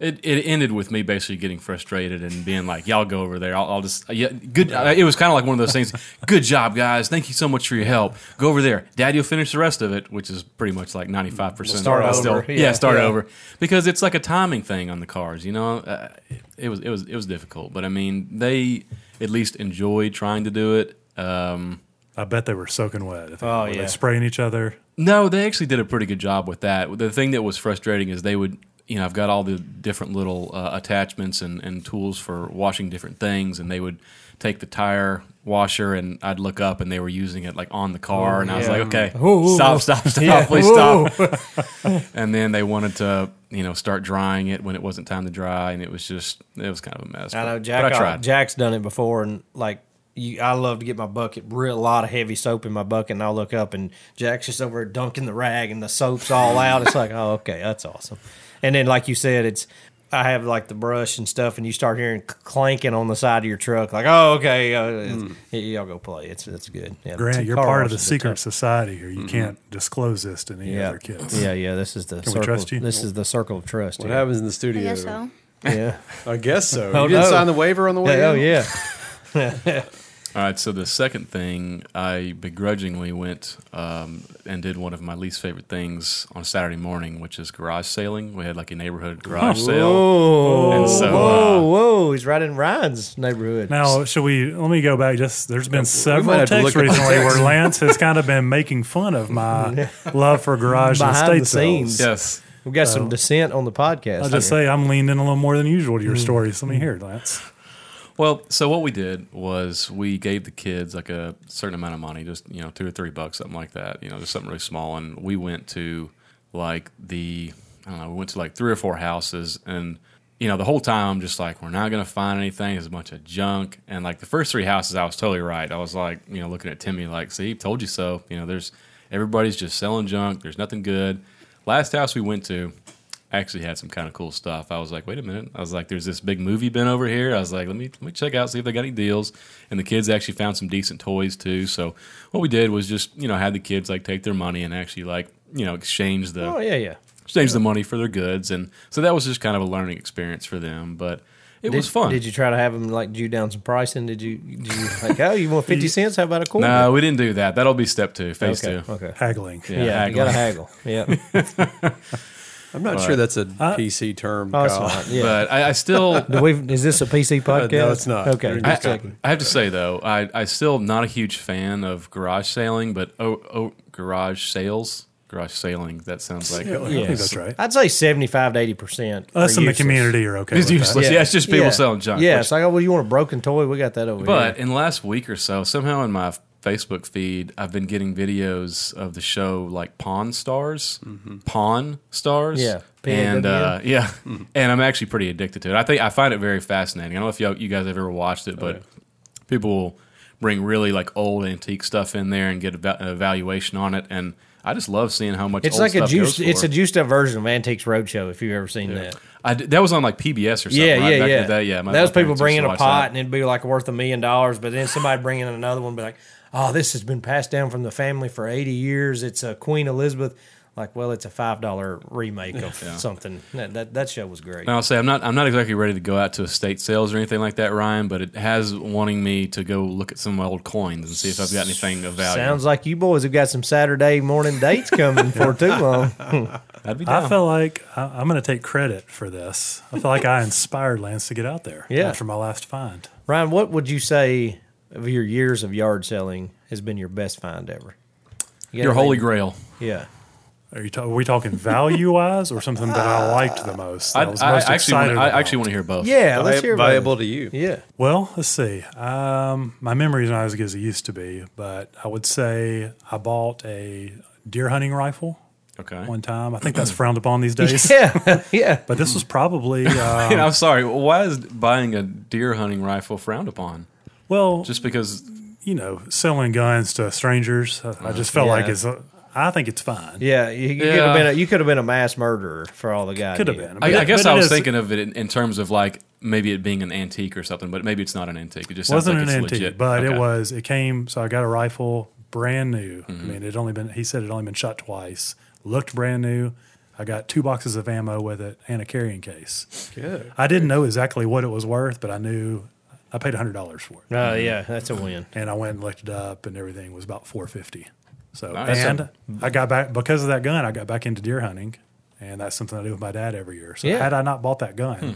S1: It, it ended with me basically getting frustrated and being like, "Y'all go over there. I'll, I'll just yeah, good." Uh, it was kind of like one of those things. Good job, guys. Thank you so much for your help. Go over there, Daddy. Will finish the rest of it, which is pretty much like ninety five percent.
S4: Start over.
S1: yeah,
S4: Yeah,
S1: start
S4: yeah.
S1: over because it's like a timing thing on the cars. You know, uh, it, it was it was it was difficult, but I mean, they at least enjoy trying to do it. Um,
S2: I bet they were soaking wet. If
S4: Oh,
S2: were
S4: yeah.
S2: They spraying each other.
S1: no, they actually did a pretty good job with that. The thing that was frustrating is they would you know, I've got all the different little uh, attachments and, and tools for washing different things, and they would take the tire washer, and I'd look up, and they were using it like on the car, and I was
S4: Oh, yeah.
S1: like, okay,
S4: Whoa, whoa,
S1: stop,
S4: whoa.
S1: stop, stop,
S4: Yeah.
S1: please
S4: Whoa.
S1: stop.
S4: <laughs>
S1: and then they wanted to, you know, start drying it when it wasn't time to dry, and it was just, it was kind of a mess.
S4: I
S1: but-
S4: know
S1: but
S4: Jack. uh,
S1: I tried.
S4: Jack's done it before, and like you, I love to get my bucket, real lot of heavy soap in my bucket, and I'll look up, and Jack's just over there dunking the rag, and the soap's all out. It's like, oh, okay, that's awesome. And then, like you said, it's I have like the brush and stuff, and you start hearing cl- clanking on the side of your truck, like, oh, okay, uh,
S1: Hmm.
S4: it's- y- y'all go play. It's it's good. Yeah,
S2: Grant,
S4: it's-
S2: you're
S4: car
S2: part of the
S4: washes are
S2: secret
S4: tough.
S2: society here. You can't disclose this to any
S4: Yeah,
S2: other kids.
S4: yeah, yeah. This is the
S2: we
S4: circle.
S2: trust you?
S4: This is the circle of trust.
S3: What
S4: yeah.
S3: happens in the
S5: I
S3: studio?
S5: guess so.
S1: <laughs>
S4: Yeah.
S3: <laughs> I guess so.
S4: Oh,
S3: you didn't
S4: no.
S3: sign the waiver on the way.
S4: Yeah, oh
S3: in?
S4: yeah.
S1: All right, so the second thing, I begrudgingly went um, and did one of my least favorite things on Saturday morning, which is garage sailing. We had like a neighborhood garage sale.
S4: Oh,
S1: And so,
S4: whoa,
S1: uh,
S4: whoa! He's right in Ryan's neighborhood.
S2: Now, should we? Let me go back. Just there's been
S3: might
S2: several
S3: have to
S2: texts
S3: look at the
S2: recently where Lance has kind of been making fun of
S3: <laughs>
S2: my love for garage and
S4: Behind
S2: estate
S4: the
S2: sales.
S4: scenes.
S1: Yes.
S4: We've got some dissent on the podcast.
S2: I'll uh, just
S4: here.
S2: say I'm leaned in a little more than usual
S3: Mm.
S2: to your stories. Let me hear it, Lance.
S1: Well, so what we did was we gave the kids like a certain amount of money, just you know, two or three bucks, something like that. You know, just something really small. And we went to like the I don't know, we went to like three or four houses, and you know, the whole time I'm just like, we're not gonna find anything. It's a bunch of junk. And like the first three houses, I was totally right. I was like, you know, looking at Timmy like, see, told you so. You know, there's everybody's just selling junk. There's nothing good. Last house we went to, actually had some kind of cool stuff. I was like, wait a minute. I was like, there's this big movie bin over here. I was like, let me let me check out see if they got any deals. And the kids actually found some decent toys too. So what we did was just you know had the kids like take their money and actually like you know exchange the
S4: oh yeah, yeah.
S1: exchange the money for their goods. And so that was just kind of a learning experience for them. But it
S4: Did-
S1: was fun.
S4: Did you try to have him like jew down some pricing? Did you? Did you like? Oh, you want
S1: <laughs>
S4: fifty cents? How about a quarter?
S1: no, we didn't do that. That'll be step two, phase
S4: okay,
S1: two.
S4: okay.
S2: Haggling.
S4: Yeah, you
S1: haggle.
S4: gotta haggle.
S1: <laughs>
S4: Yeah,
S3: I'm not sure that's a PC term.
S4: oh, it's
S3: Kyle.
S4: not. Yeah.
S1: But I, I
S4: <laughs>
S1: still
S4: Do we, is this a
S2: <laughs>
S4: PC podcast?
S3: <laughs> no, it's not.
S4: Okay,
S3: You're
S4: just
S1: I,
S4: checking.
S1: I have to say though, I I still not a huge fan of garage sailing, but oh, oh garage sales, garage sailing. That sounds like
S2: I think
S4: Yes.
S2: that's right.
S4: I'd say seventy-five to eighty percent.
S2: Us in the community are okay.
S1: it's
S2: with that.
S1: useless. Yeah. it's just people selling junk.
S4: Yeah,
S1: which-
S4: it's like, oh, well, you want a broken toy? We got that over
S1: but
S4: here.
S1: in the last week or so, somehow in my Facebook feed, I've been getting videos of the show like Pawn Stars, Pawn Stars.
S4: Mm-hmm. Yeah,
S1: and uh,
S4: P-A-W-N. <laughs>
S1: yeah, and I'm actually pretty addicted to it. I think I find it very fascinating. I don't know if y'all, you guys have ever watched it,
S4: Oh,
S1: but people will bring really like old antique stuff in there and get a va- an evaluation on it and. I just love seeing how much
S4: It's
S1: old
S4: like a
S1: stuff
S4: juice.
S1: goes
S4: It's
S1: for.
S4: a juiced up version of Antiques Roadshow. If you've ever seen that.
S1: I d- that was on like PBS or something.
S4: Yeah,
S1: right?
S4: yeah,
S1: Back in
S4: yeah.
S1: the day, yeah. my-
S4: That was
S1: my
S4: people
S1: parents used to
S4: bringing a
S1: watch
S4: pot
S1: that.
S4: and it'd be like worth a million dollars, but then somebody bringing another one, be like, "Oh, this has been passed down from the family for eighty years. It's a Queen Elizabeth." Like, well, it's a five dollar
S1: <laughs>
S4: remake of something. That, that that show was great.
S1: Now I'll say I'm not I'm not exactly ready to go out to estate sales or anything like that, Ryan. But it has wanting me to go look at some old coins and see if I've got anything of value.
S4: Sounds like you boys have got some Saturday morning dates coming
S1: <laughs>
S4: for too long.
S1: That'd be down.
S2: I feel like I, I'm going to take credit for this. I feel like I inspired Lance to get out there
S4: Yeah.
S2: after my last find.
S4: Ryan, what would you say of your years of yard selling has been your best find ever? You got
S1: your holy
S4: anything-
S1: grail.
S4: yeah.
S2: Are you? Ta- are we talking value wise or something that I liked the most?
S1: I,
S2: That I was
S1: I
S2: most
S1: actually want
S2: excited.
S1: to, I
S2: about?
S1: actually want to hear both.
S4: Yeah,
S3: Vi-
S4: let's hear about
S3: viable
S4: it.
S3: to you.
S4: Yeah.
S2: Well, let's see. Um, my memory's not as good as it used to be, but I would say I bought a deer hunting rifle
S1: Okay. <laughs>
S2: one time. I
S1: <clears throat>
S2: think that's frowned upon these days.
S4: <laughs> Yeah. <laughs> yeah.
S2: But this
S1: <laughs>
S2: was probably uh,
S1: And I'm sorry. Why is buying a deer hunting rifle frowned upon?
S2: well, just
S1: Just because?
S2: you know, selling guns to strangers. I, I just felt
S4: Yeah.
S2: like it's. uh, I think it's fine.
S4: Yeah, you, you could
S1: Yeah.
S4: have been a, you could have been a mass murderer for all the guys.
S2: Could have been.
S1: I,
S2: But
S1: I
S2: it-
S1: guess
S2: but
S1: I
S2: it
S1: was
S2: is-
S1: thinking of it in, in terms of like maybe it being an antique or something, but maybe it's not an antique. It just sounds
S2: wasn't
S1: like
S2: an
S1: it's
S2: antique,
S1: legit.
S2: but
S1: Okay.
S2: it was. It came. So I got a rifle, brand new.
S1: Mm-hmm.
S2: I mean, it only been. He said it only been shot twice. Looked brand new. I got two boxes of ammo with it and a carrying case.
S3: Good.
S2: I didn't know exactly what it was worth, but I knew I paid hundred dollars for it,
S4: Oh yeah, that's a win.
S2: and I went and looked it up, and everything was about four fifty. So
S1: Nice.
S2: and I got back because of that gun. I got back into deer hunting, and that's something I do with my dad every year. So
S4: Yeah.
S2: had I not bought that gun,
S1: Hmm.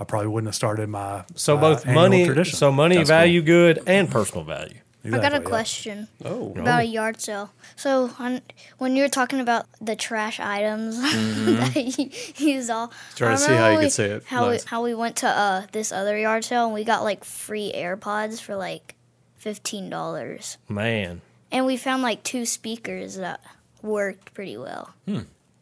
S2: I probably wouldn't have started my
S4: So
S2: my
S4: both
S2: annual
S4: money,
S2: tradition.
S4: so money
S1: Uh, That's
S4: value good and personal value.
S5: I got a
S2: Exactly, yeah.
S5: question
S3: Oh,
S5: about a yard sale. So on, when you were talking about the trash items <laughs> that you used all,
S3: Trying
S5: I
S3: to see how you
S5: remember
S3: could
S5: we-
S3: say it.
S5: How
S3: Nice.
S5: we, how we went to uh, this other yard sale and we got like free AirPods for like fifteen dollars,
S4: Man,
S5: and we found like two speakers that worked pretty well.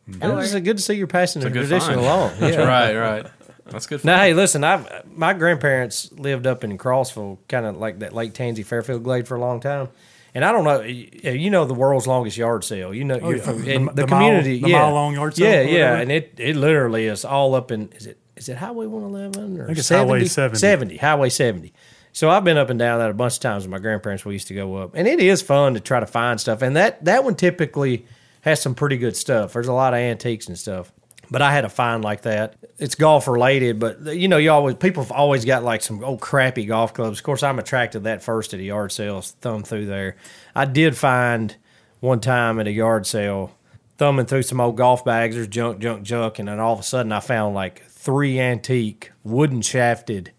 S5: That
S4: it was
S5: worked.
S4: good to see you're passing the
S1: a good
S4: tradition
S1: find.
S4: along.
S1: <laughs> That's
S4: Yeah.
S1: right, right. That's good. For
S4: Now, hey, listen, I my grandparents lived up in Crossville, kind of like that Lake Tansy Fairfield Glade for a long time. And I don't know, you you know the world's longest yard sale. You know, you're
S2: Oh, yeah.
S4: from
S2: The-
S4: in
S2: the
S4: the,
S2: mile-
S4: community,
S2: the
S4: yeah,
S2: mile-long yard sale
S4: Yeah,
S2: or
S4: yeah,
S2: whatever?
S4: and it it literally is all up in is it is it Highway 111 or I
S2: think it's Highway 70.
S4: 70 Highway 70. So I've been up and down that a bunch of times with my grandparents. We used to go up, and it is fun to try to find stuff. And that that one typically has some pretty good stuff. There's a lot of antiques and stuff. But I had a find like that. It's golf related, but you know, you always people have always got like some old crappy golf clubs. Of course, I'm attracted to that first at a yard sale. Thumb through there. I did find one time at a yard sale thumbing through some old golf bags. There's junk, junk, junk, and then all of a sudden I found like three antique wooden shafted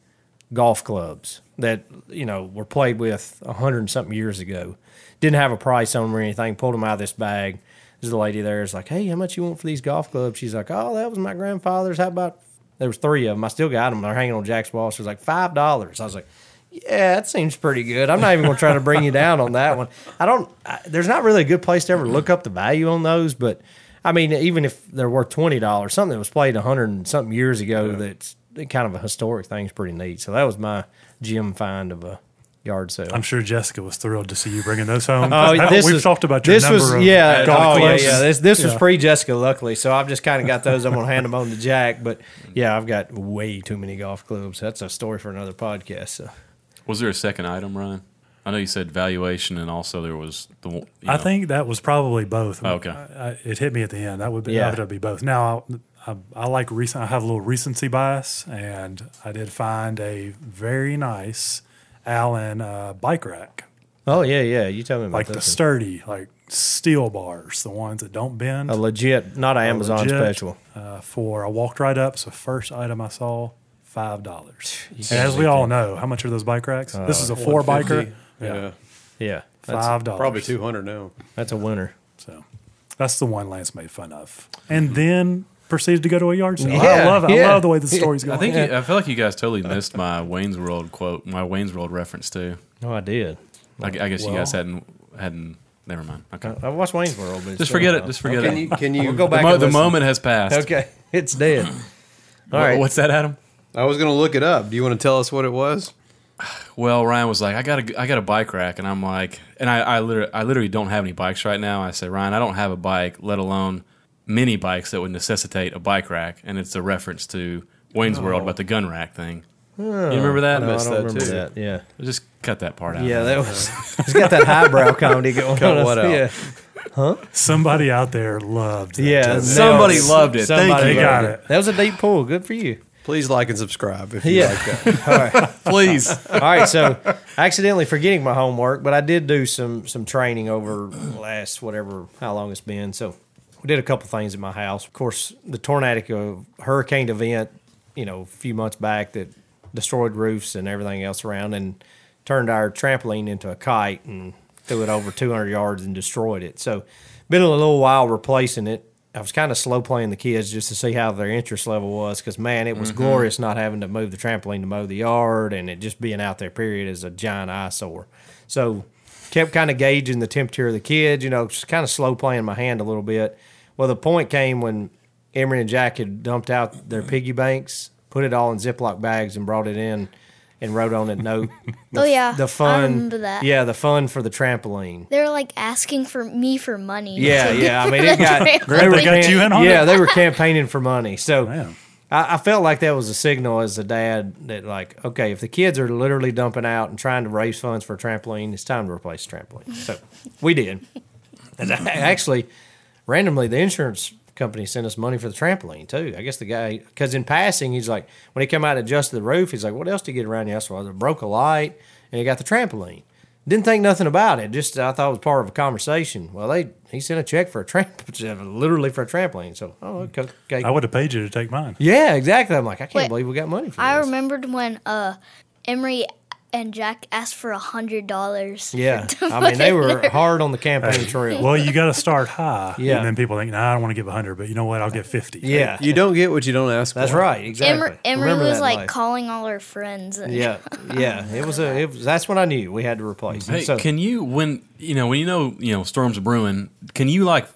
S4: golf clubs that you know were played with a hundred and something years ago. Didn't have a price on them or anything. Pulled them out of this bag. There's a lady there. Is like, hey, how much you want for these golf clubs? She's like, oh, that was my grandfather's. How about? There was three of them. I still got them. They're hanging on Jack's wall. She was like five dollars. I was like, yeah, that seems pretty good. I'm not even going to try to bring you down on that one. I don't. I, there's not really a good place to ever look up the value on those, but I mean, even if they're worth twenty dollars, something that was played a hundred and something years ago, that's kind of a historic thing is pretty neat. So that was my gym find of a yard sale.
S2: I'm sure Jessica was thrilled to see you bringing those home.
S4: <laughs> Oh,
S2: Haven't-
S4: this
S2: we've
S4: is-
S2: talked about your
S4: this
S2: number
S4: was,
S2: of
S4: yeah,
S2: golf
S4: oh, yeah,
S2: clubs.
S4: yeah. This this was
S2: Yeah.
S4: pre Jessica, luckily, so I've just kind of got those. I'm gonna hand them on to Jack, but yeah, I've got way too many golf clubs. That's a story for another podcast. So.
S1: Was there a second item, Ryan? I know you said valuation, and also there was the. one- You know,
S2: I think that was probably both.
S1: Okay.
S2: I, I, it hit me at the end. That would be
S4: Yeah.
S2: that would be both. Now I, I, I like recent. I have a little recency bias, and I did find a very nice Allen uh, bike rack,
S4: Oh yeah, yeah. You tell me about
S2: like
S4: this
S2: the
S4: one.
S2: sturdy, like steel bars, the ones that don't bend.
S4: a legit, not an
S2: They're
S4: Amazon
S2: legit,
S4: special.
S2: Uh, for I walked right up. So first item I saw five dollars. And
S4: can't
S2: as we
S4: beat
S2: all know, how much are those bike racks?
S4: Uh,
S2: this is a four biker.
S3: 150. Yeah,
S4: Yeah, that's,
S2: Five dollars.
S3: probably 200 now.
S4: that's a winner.
S2: So that's the one Lance made fun of, and then proceeds to go to a yard sale. I
S4: Yeah,
S2: love it. I
S4: yeah.
S2: love the way the story's going.
S1: I think you, I feel like you guys totally missed my Wayne's World quote, my Wayne's World reference too.
S4: No, Oh, I did.
S1: I, I guess you guys
S2: Well-
S1: hadn't hadn't. Never mind. Okay,
S4: I watched Wayne's World. But it's
S1: just
S4: still
S1: forget
S4: not
S1: it. Just forget
S3: Can
S1: it.
S3: you? Can you
S4: We'll go
S1: the,
S4: back.
S1: mo-
S4: and
S1: the
S4: listen.
S1: moment has passed.
S4: Okay, <laughs> it's <clears throat> dead.
S1: All
S4: All right.
S1: right. What's that, Adam?
S3: I was going to look it up. Do you want to tell us what it was?
S1: Well, Ryan was like, I got a, I got a bike rack, and I'm like, and I, I literally, I literally don't have any bikes right now. I said, Ryan, I don't have a bike, let alone many bikes that would necessitate a bike rack. And it's a reference to Wayne's World about the gun rack thing. you remember that?
S4: No, Oh. I
S3: missed
S4: don't
S3: that
S4: remember
S3: too.
S4: that. Yeah.
S1: Just cut that part out.
S4: Yeah, that was. <laughs> It's got that highbrow comedy going
S3: Cut
S4: on.
S3: what out?
S4: <laughs> Yeah,
S2: Somebody out there loved. That
S4: yeah.
S2: joke.
S1: Somebody
S4: nailed
S1: loved it.
S4: Somebody
S2: Thank you. Got
S4: loved
S2: it.
S4: That was a deep pull. Good for you.
S3: Please like and subscribe if you <laughs>
S4: Yeah.
S3: like that.
S4: All right.
S1: Please.
S3: <laughs>
S4: All right, so accidentally forgetting my homework, but I did do some some training over the last whatever how long it's been. So we did a couple things at my house. Of course, the tornado hurricane event, you know, a few months back that destroyed roofs and everything else around, and turned our trampoline into a kite and threw it over 200 yards and destroyed it. So been a little while replacing it. I was kind of slow playing the kids just to see how their interest level was because, man, it was glorious not having to move the trampoline to mow the yard and it just being out there, period, is a giant eyesore. So, kept kind of gauging the temperature of the kids, you know, just kind of slow playing my hand a little bit. Well, the point came when Emery and Jack had dumped out their piggy banks, put it all in Ziploc bags, and brought it in and wrote on a note. the,
S5: Oh, yeah.
S4: The
S5: I
S4: fun.
S5: remember that.
S4: Yeah, the fun for the trampoline.
S5: <laughs> They were like asking for me for money. <laughs>
S4: Yeah,
S5: to
S4: yeah. I
S5: get
S4: mean,
S5: the
S4: it got
S5: trip.
S2: They were got you in on
S4: yeah,
S2: it?
S4: they were campaigning for money. So
S2: Man.
S4: I, I felt like that was a signal as a dad that like, okay, if the kids are literally dumping out and trying to raise funds for a trampoline, it's time to replace the trampoline. So we did. And I- <laughs> actually, randomly, the insurance company sent us money for the trampoline too. I guess the guy, because in passing, he's like, when he come out and adjusted the roof, he's like, "What else did you get around you?" I said, "Well, I broke a light, and he got the trampoline." Didn't think nothing about it. Just I thought it was part of a conversation. Well, they he sent a check for a trampoline, <laughs> literally for a trampoline. So oh, okay.
S2: I would have paid you to take mine.
S4: yeah, exactly. I'm like, I can't
S5: Wait,
S4: believe we got money for
S5: I
S4: this.
S5: remembered when uh, Emery and Jack asked for a hundred dollars.
S4: Yeah,
S5: <laughs>
S4: I mean they were hard on the campaign trail.
S2: Well, you got to start high.
S4: Yeah.
S2: And then people think, nah, I don't want to give 100, but you know what? I'll get 50.
S4: yeah,
S3: You don't get what you don't ask
S4: that's
S3: for.
S4: right. Exactly.
S5: Emer- Emery
S4: Remember
S5: was
S4: that
S5: like
S4: life.
S5: calling all her friends. And
S4: Yeah, yeah. <laughs> It was a. It was, that's when I knew we had to replace.
S1: Hey,
S4: it. so,
S1: can you when you know when you know you know storms brewing? Can you like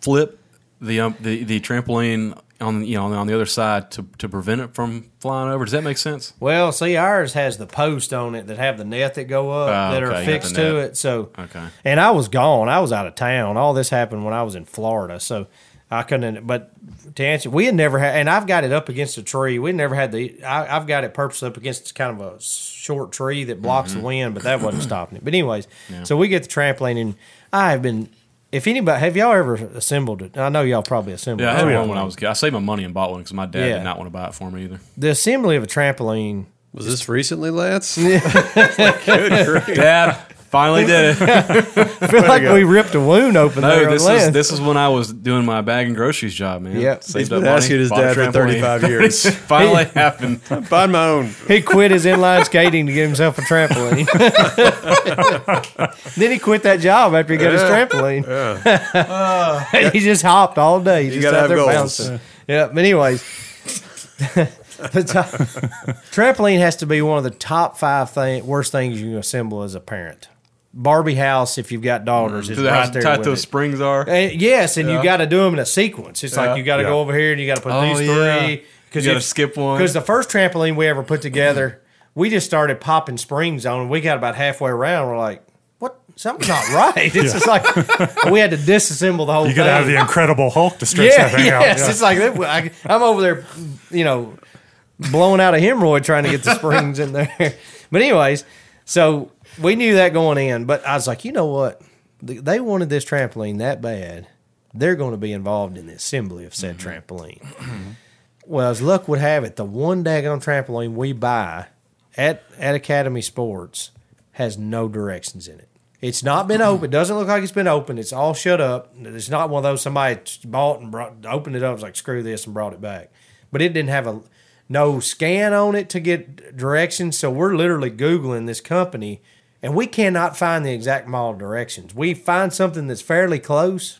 S1: flip the um, the the trampoline on you know on the other side to to prevent it from flying over? Does that make sense?
S4: well, see, ours has the post on it that have the net that go up
S1: Ah,
S4: that
S1: okay, you
S4: are
S1: got
S4: fixed
S1: the
S4: to
S1: net.
S4: it. So,
S1: Okay.
S4: And I was gone. I was out of town. All this happened when I was in Florida. So. I couldn't, but to answer, we had never had, and I've got it up against a tree. We never had the, I, I've got it purposely up against kind of a short tree that blocks
S1: Mm-hmm.
S4: the wind, but that wasn't stopping it. But anyways, so we get the trampoline, and I have been. If anybody, have y'all ever assembled it? I know y'all probably assembled.
S1: Yeah, I
S4: it.
S1: had
S2: yeah.
S1: one when I was a kid. I saved my money and bought one because my dad
S4: Oh, Yeah.
S1: did not want to buy it for me either.
S4: the assembly of
S1: <laughs>
S4: a trampoline.
S3: Was this recently, <laughs> Lance? <laughs>
S1: Dad finally <laughs> did it.
S4: I feel like we ripped a wound open
S1: No,
S4: there.
S1: Oh, this
S4: on
S1: is
S4: Lance.
S1: this is when I was doing my bag and groceries job, man.
S4: Yep.
S1: Saved
S3: been
S1: up money,
S3: asking his
S1: bought a
S3: dad for
S1: trampoline.
S3: 35 years.
S1: It's <laughs> finally happened.
S3: Find my own.
S4: he quit his inline skating to get himself
S1: <laughs>
S4: a trampoline. then he quit that job after he got his trampoline. And <laughs> he just hopped all day. He just
S3: gotta
S4: out
S3: have
S4: there
S3: goals.
S4: bouncing. Yeah, but anyways. <laughs> the top, trampoline has to be one of the top five thing, worst things you can assemble as a parent. Barbie house, if you've got daughters, is
S1: To the house
S4: right there.
S1: tied
S4: with
S1: to the
S4: it.
S1: springs are.
S4: And- Eh, yes, and you got to do them in a sequence. It's like you got to go over here and you got to put
S1: Oh,
S4: these
S1: yeah.
S4: three. Cause
S1: You gotta skip one.
S4: Because the first trampoline we ever put together, we just started popping springs on. and We got about halfway around. We're like, what? Something's not <laughs> right. It's just like we had to disassemble the whole
S2: You got
S4: thing.
S2: to have the Incredible Hulk to stretch
S4: yeah,
S2: that thing
S4: yes.
S2: out.
S4: It's like that- I, I'm over there, you know, blowing out a hemorrhoid trying to get the springs in there. <laughs> But anyways, so we knew that going in. But I was like, you know what? Th- They wanted this trampoline that bad. They're going to be involved in the assembly of said trampoline. well, as luck would have it, the one daggone trampoline we buy at at Academy Sports has no directions in it. It's not been open. It doesn't look like it's been open. It's all shut up. It's not one of those somebody bought and brought, opened it up. It's like screw this and brought it back. But it didn't have a no scan on it to get directions. So we're literally googling this company, and we cannot find the exact model directions. We find something that's fairly close,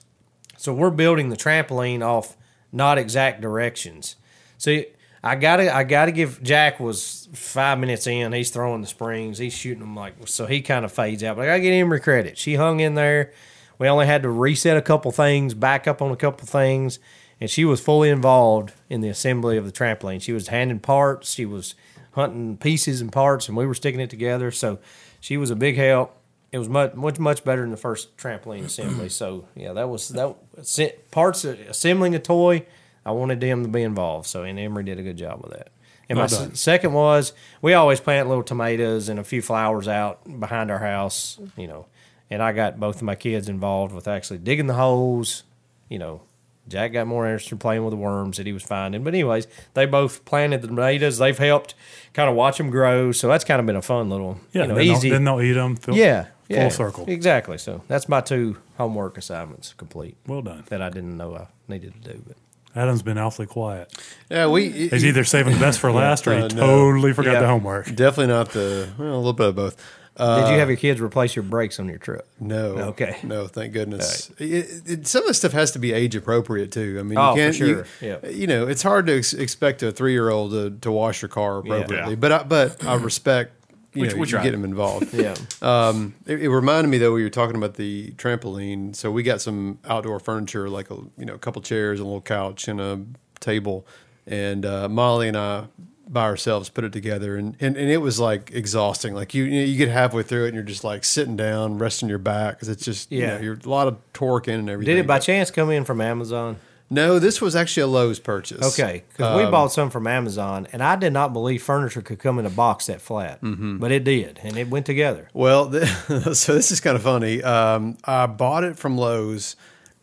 S4: so we're building the trampoline off not exact directions. So I gotta I gotta give Jack was five minutes in. He's throwing the springs. He's shooting them like so he kind of fades out. But I gotta give Emery credit. She hung in there. We only had to reset a couple things, back up on a couple things, and she was fully involved in the assembly of the trampoline. She was handing parts. She was hunting pieces and parts, and we were sticking it together. So she was a big help it was much much much better than the first trampoline assembly. So yeah, that was that se- parts of assembling a toy. I wanted them to be involved. So and Emery did a good job with that. And my
S2: Well done.
S4: s- second was we always plant little tomatoes and a few flowers out behind our house, you know. And I got both of my kids involved with actually digging the holes, you know. Jack got more interested in playing with the worms that he was finding. But anyways, they both planted the tomatoes. They've helped kind of watch them grow. So that's kind of been a fun little,
S2: Yeah,
S4: you know,
S2: then,
S4: easy.
S2: They'll, then they'll eat them. Fill,
S4: Yeah.
S2: Oh, Full
S4: yeah,
S2: circle.
S4: Exactly. So that's my two homework assignments complete
S2: Well done.
S4: that I didn't know I needed to do. But
S2: Adam's been awfully quiet.
S3: Yeah, we
S2: He's either saving the
S4: <laughs>
S2: best for last or he
S3: Uh, no.
S2: totally forgot
S4: Yeah.
S2: the homework.
S3: definitely not the well, a little bit of both. Uh,
S4: did you have your kids replace your brakes on your trip?
S3: No.
S4: Okay.
S3: No, thank goodness. It, it, some of the stuff has to be age appropriate too. I mean,
S4: Oh,
S3: you
S4: for
S3: can't.
S4: sure.
S3: You,
S4: Yeah.
S3: you know, it's hard to ex- expect a three year old to, to wash your car appropriately.
S1: Yeah.
S3: But I, but I respect. You
S1: We-
S3: know,
S1: we
S3: you
S1: tried.
S3: get them involved.
S4: <laughs> Yeah.
S3: Um, it, it reminded me though we were talking about the trampoline. So we got some outdoor furniture, like a you know a couple chairs, a little couch, and a table. And uh, Molly and I by ourselves put it together, and, and and it was like exhausting. Like you you, know, you get halfway through it, and you're just like sitting down, resting your back because it's just
S4: Yeah.
S3: you know, you're a lot of torque in and everything.
S4: Did it by chance come in from Amazon?
S3: No, this was actually a Lowe's purchase.
S4: Okay, because we bought some from Amazon, and I did not believe furniture could come in a box that flat, but it did, and it went together.
S3: Well, <laughs> th- so this is kind of funny. Um, I bought it from Lowe's,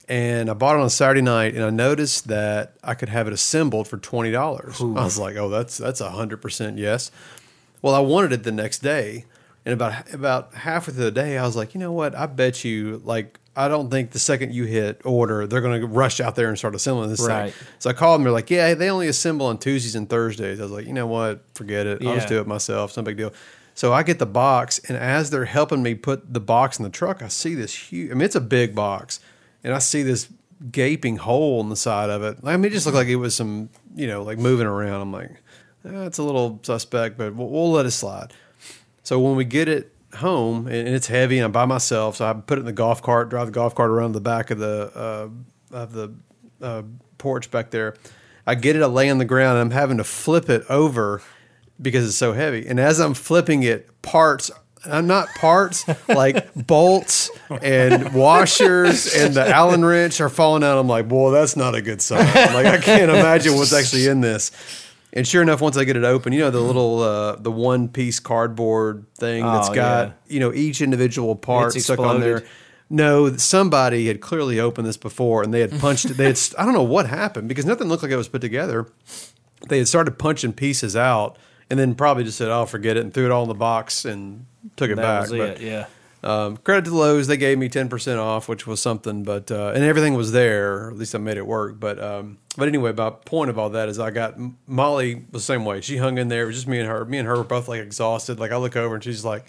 S3: and I bought it on a Saturday night, and I noticed that I could have it assembled for twenty dollars. I was like, "Oh, that's that's hundred percent yes." Well, I wanted it the next day, and about about half of the day, I was like, "You know what? I bet you like." I don't think the second you hit order, they're going to rush out there and start assembling this
S4: Right.
S3: thing. So I called them. They're like, "Yeah, they only assemble on Tuesdays and Thursdays." I was like, "You know what? Forget it. I'll just
S4: Yeah.
S3: do it myself. It's no big deal." So I get the box, and as they're helping me put the box in the truck, I see this huge. I mean, it's a big box, and I see this gaping hole in the side of it. I mean, it just looked like it was some, you know, like moving around. I'm like, that's a little suspect, but we'll, we'll let it slide. So when we get it home, and, and it's heavy, and I'm by myself, so I put it in the golf cart, drive the golf cart around the back of the uh, of the uh, porch back there. I get it, I lay on the ground, and I'm having to flip it over because it's so heavy. And as I'm flipping it, parts. I'm not parts <laughs> like bolts and washers and the Allen wrench are falling out. I'm like, boy, that's not a good sign. I'm like, I can't imagine what's actually in this. And sure enough, once I get it open, you know the little uh, the one piece cardboard thing that's
S4: Oh,
S3: got
S4: yeah.
S3: you know each individual part
S4: It's
S3: stuck on there.
S4: exploded.
S3: No, somebody had clearly opened this before, and they had punched. They had I don't know what happened because nothing looked like it was put together. They had started punching pieces out, and then probably just said, "Oh, forget it," and threw it all in the box and took it
S4: That
S3: back.
S4: was
S3: But-
S4: it. Yeah.
S3: um, credit to Lowe's, they gave me ten percent off, which was something. But uh, and everything was there. or At least I made it work. But um, but anyway, my point of all that is I got Molly was the same way. She hung in there. It was just me and her. Me and her were both like exhausted. Like I look over and she's like,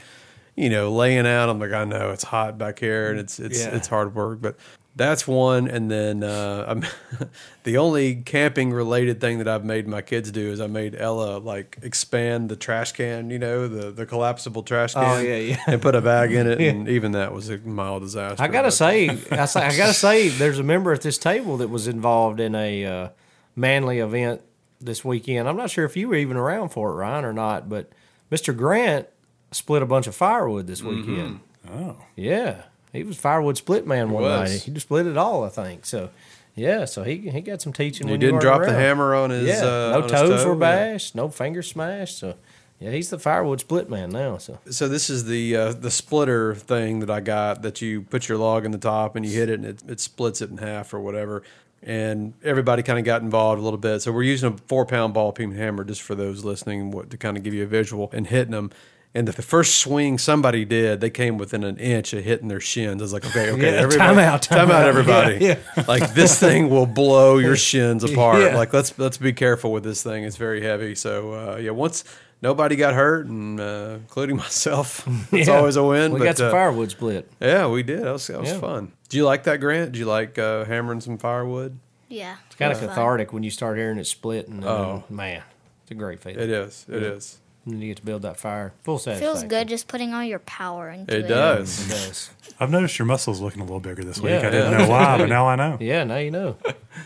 S3: you know, laying out. I'm like, I know it's hot back here and it's it's
S4: Yeah.
S3: it's hard work, but. That's one, and then uh, I'm <laughs> the only camping related thing that I've made my kids do is I made Ella like expand the trash can, you know, the the collapsible trash can,
S4: Oh, yeah, yeah.
S3: and put a bag in
S4: <laughs>
S3: it, and even that was a mild disaster.
S4: I gotta
S3: but-
S4: say, I, say, I
S3: <laughs>
S4: gotta say, there's a member at this table that was involved in a uh, manly event this weekend. I'm not sure if you were even around for it, Ryan, or not, but Mr. Grant split a bunch of firewood this
S3: Mm-hmm.
S4: weekend.
S2: Oh.
S4: Yeah, he was firewood split man one
S3: was.
S4: night. He just split it all, I think. So, yeah, so he he got some teaching.
S3: he
S4: when you
S3: didn't
S4: weren't
S3: drop the
S4: around.
S3: hammer on his.
S4: Yeah,
S3: uh, on
S4: no
S3: his
S4: toes
S3: toe,
S4: were
S3: yeah.
S4: bashed, no fingers smashed. So, yeah, he's the firewood split man now. So.
S3: So this is the uh, the splitter thing that I got that you put your log in the top and you hit it and it, it splits it in half or whatever. And everybody kind of got involved a little bit. So we're using a four pound ball peen hammer just for those listening what, to kind of give you a visual and hitting them. And the, the first swing somebody did, they came within an inch of hitting their shins. I was like,
S4: <laughs>
S3: okay, okay,
S4: Yeah, time out, time
S3: time out,
S4: out.
S3: everybody.
S4: Yeah,
S3: Like
S4: <laughs>
S3: this thing will blow your shins apart.
S4: Yeah.
S3: Like let's let's be careful with this thing. It's very heavy. So uh, yeah, once nobody got hurt, and uh, including <laughs> myself, it's
S4: Yeah.
S3: always a win.
S4: We
S3: but,
S4: got some
S3: uh,
S4: firewood split.
S3: Yeah, we did. That was, that was
S4: Yeah.
S3: fun. Do you like that, Grant? Do you like uh, hammering some firewood?
S5: Yeah.
S4: It's kind of
S5: it's fun.
S4: cathartic when you start hearing it split, and oh man, it's a great
S3: It
S4: feeling.
S3: is. It is.
S4: And then you get to build that fire. Full
S5: It
S4: satisfaction.
S5: feels good just putting all your power into
S3: It
S5: it.
S3: does.
S4: It does.
S2: I've noticed your muscles looking a little bigger this week.
S4: Yeah,
S2: I didn't
S4: yeah.
S2: know why, but now I know.
S4: <laughs> Yeah, now
S3: <laughs>
S4: you know.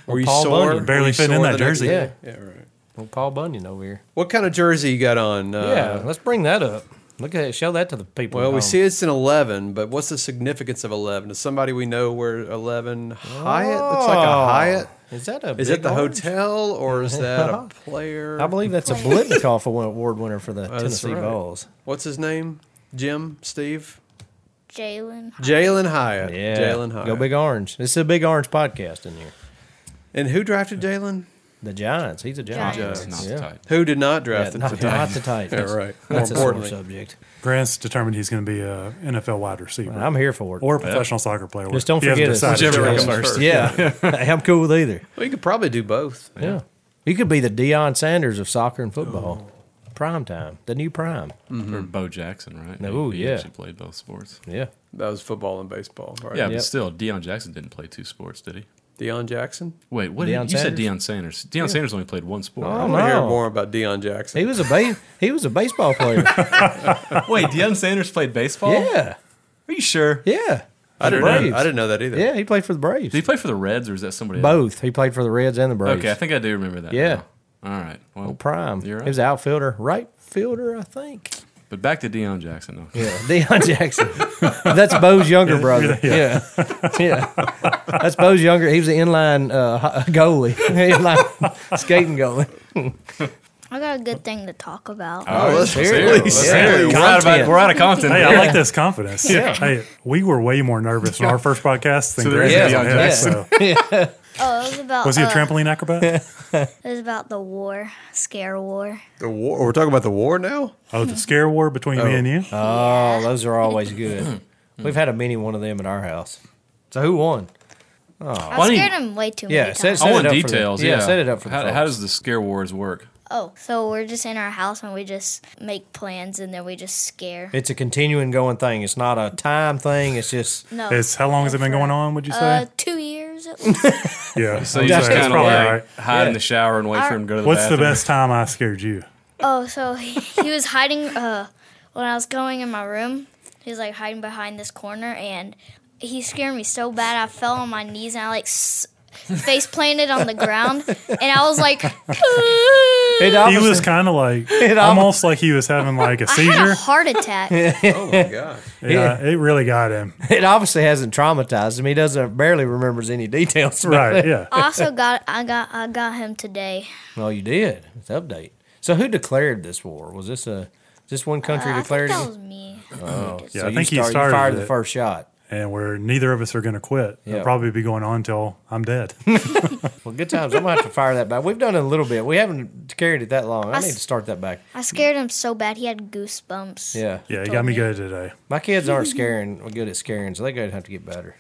S3: Were you
S4: Paul
S3: sore?
S4: Bunyan.
S2: Barely
S3: Were you
S2: fit in
S3: sore
S2: that
S3: the next
S2: jersey.
S3: day?
S4: Yeah.
S3: Yeah. Right.
S4: Well, Paul Bunyan over here.
S3: What kind of jersey you got on? Uh,
S4: yeah, let's bring that up. Look at it. Show that to the people. Oh.
S3: Well,
S4: at
S3: we
S4: home.
S3: see it's an 11, but what's the significance of 11? Does somebody we know wear 11 Hyatt? Looks like a
S4: Oh.
S3: Hyatt.
S4: Is that a?
S3: Is
S4: big
S3: it the
S4: orange?
S3: hotel or
S4: <laughs>
S3: is that a player?
S4: I believe that's a Blitnikoff <laughs> award winner for the Tennessee
S3: right.
S4: Vols.
S3: What's his name? Jim? Steve?
S5: Jalen.
S3: Jalen Hyatt.
S4: Yeah,
S3: Jalen Hyatt.
S4: Go Big Orange. This is a Big Orange podcast in here.
S3: And who drafted Jalen?
S4: The Giants. He's a Giant.
S5: Giants.
S1: Not
S4: Yeah.
S1: the tight.
S3: Who did not
S4: Yeah,
S3: draft the
S4: not, not the
S3: <laughs>
S4: Titans.
S3: Yeah, right. More
S4: That's a sore
S3: importantly.
S4: subject.
S2: Grant's determined he's going to be a NFL wide receiver
S4: I'm here for it.
S2: or a profestional soccer player.
S4: Just don't
S2: He hasn't
S4: forget it.
S2: decided
S1: Whichever
S2: yet.
S1: comes first.
S4: Yeah,
S1: <laughs>
S4: I'm cool with either.
S3: Well, you could probably do both.
S4: Yeah. you could be the Deion Sanders of soccer and football. Prime time, the new prime.
S1: Or Bo Jackson, right?
S4: No,
S1: he,
S4: yeah.
S1: He actually played both sports.
S4: Yeah,
S3: That was football and baseball. Right?
S1: Yeah,
S4: Yep.
S1: but still, Deion Jackson didn't play two sports, did he?
S3: Deion Jackson.
S1: Wait, what? did-
S4: Deion
S1: you said Deion Sanders. Deion Sanders only played one sport.
S3: I
S1: right?
S3: want to hear
S4: Oh, no.
S3: more about Deion Jackson.
S4: he was a ba- he was a baseball player.
S1: Wait, Deion Sanders played baseball?
S4: yeah,
S1: Are you sure?
S4: yeah,
S3: I didn't.
S4: Braves.
S3: Know, I didn't know that either.
S4: yeah. He played for the
S1: Did he
S4: Braves.
S1: play for the Reds or is that somebody else?
S4: Both. He played for the Reds and the Braves.
S1: Okay, I think I do remember that.
S4: Yeah.
S1: now. All right. Well,
S4: prime.
S1: You're right.
S4: He was outfielder, right fielder, I think.
S1: but back to Deion Jackson, though.
S4: Yeah, <laughs> Deion Jackson. <laughs> That's Bo's younger brother. Yeah. yeah, That's Bo's younger. He was an inline uh, ho- goalie, <laughs> inline skating goalie.
S5: I got a good thing to talk about.
S3: Oh, let's
S1: Seriously.
S3: Please.
S4: Yeah.
S1: Seriously. We're, out of,
S4: Content.
S1: we're out of content.
S2: Hey, I
S1: here.
S2: like this confidence.
S4: <laughs> Yeah.
S2: Hey, we were way more nervous in our first podcast than
S1: So there
S2: Grant's
S1: is
S2: been
S1: Deion
S2: here,
S4: Jackson. <laughs>
S2: so.
S5: Oh, it was about
S2: Was he a
S5: uh,
S2: trampoline acrobat?
S5: It was about the war, scare war.
S3: The war. We're talking about the war now.
S2: oh, the scare war between me and you?
S4: Oh, those are
S3: <clears throat>
S4: always good. We've had a mini one of them at our house. So who won?
S5: I
S1: Why do you-
S5: scared him way too
S4: Yeah,
S5: many
S4: set-
S5: times.
S4: set
S1: I
S4: it
S1: want
S4: up for the-
S1: details.
S4: yeah,
S1: yeah,
S4: set it up for the
S1: how,
S4: folks.
S1: how does the scare wars work?
S5: Oh, so we're just in our house and we just make plans and then we just scare.
S4: It's a continuing going thing. It's not a time thing. It's just
S5: No.
S2: It's how long has it been going on? Would you
S5: Uh,
S2: say?
S5: two years. at least.
S2: yeah.
S1: So you just kind of
S2: probably
S1: like
S2: right.
S1: hide in the shower and wait for him to go to the
S2: What's the
S1: bathroom.
S2: best time I scared you?
S5: oh, so he, he was hiding uh, when I was going in my room. He was like hiding behind this corner and he scared me so bad I fell on my knees and I like s- face planted on the ground and I was like,
S4: it
S5: <laughs>
S2: He
S4: obviously-
S2: was kind of <laughs> like almost
S4: almost-
S2: like he was having like a
S5: I had a
S2: seizure.
S4: <laughs>
S5: heart attack.
S3: Oh my god.
S2: <laughs> Yeah, it really got him.
S4: <laughs> it obviously hasn't traumatized him. He doesn't barely remembers any details. <laughs>
S2: <laughs>
S4: About
S2: Right.
S4: It.
S2: Yeah.
S5: I also got I got I got him today.
S4: Well, you did. It's update. So who declared this war? Was this a this one country
S5: Uh, I think
S4: declared
S5: that
S4: it? Oh,
S5: was me.
S2: Yeah, I
S4: you
S2: think he
S4: start- you
S2: started
S4: fired
S2: it.
S4: the first shot.
S2: And where neither of us are going to quit. It'll
S4: Yeah.
S2: probably be going on till I'm <laughs> dead.
S4: Well, good times. I'm gonna have to fire that back. We've done it a little bit. We haven't carried it that long. I,
S5: I
S4: need
S5: s-
S4: to start that back.
S5: I scared him so bad he had goosebumps.
S4: Yeah.
S2: yeah, you got me good today.
S4: My
S1: <laughs>
S4: kids aren't scaring good at scaring, so they're gonna have to get better.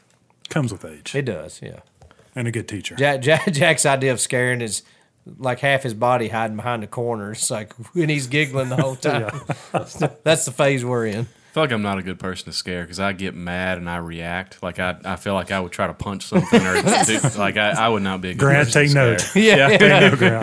S2: Comes with age
S4: It does, yeah.
S2: and a good teacher.
S4: Jack, Jack, <laughs> Jack's idea of scaring is like half his body hiding behind the corner. It's like and he's giggling the
S1: <laughs>
S4: whole time. That's the phase we're in. <laughs>
S1: I feel like I'm not a good person to scare because I get mad and I react. Like I, I feel like I would try to punch something
S4: <laughs>
S1: or do, like I, I would not be a good
S2: Grant,
S1: person to
S2: take
S1: scare.
S2: note. <laughs>
S4: Yeah. <laughs>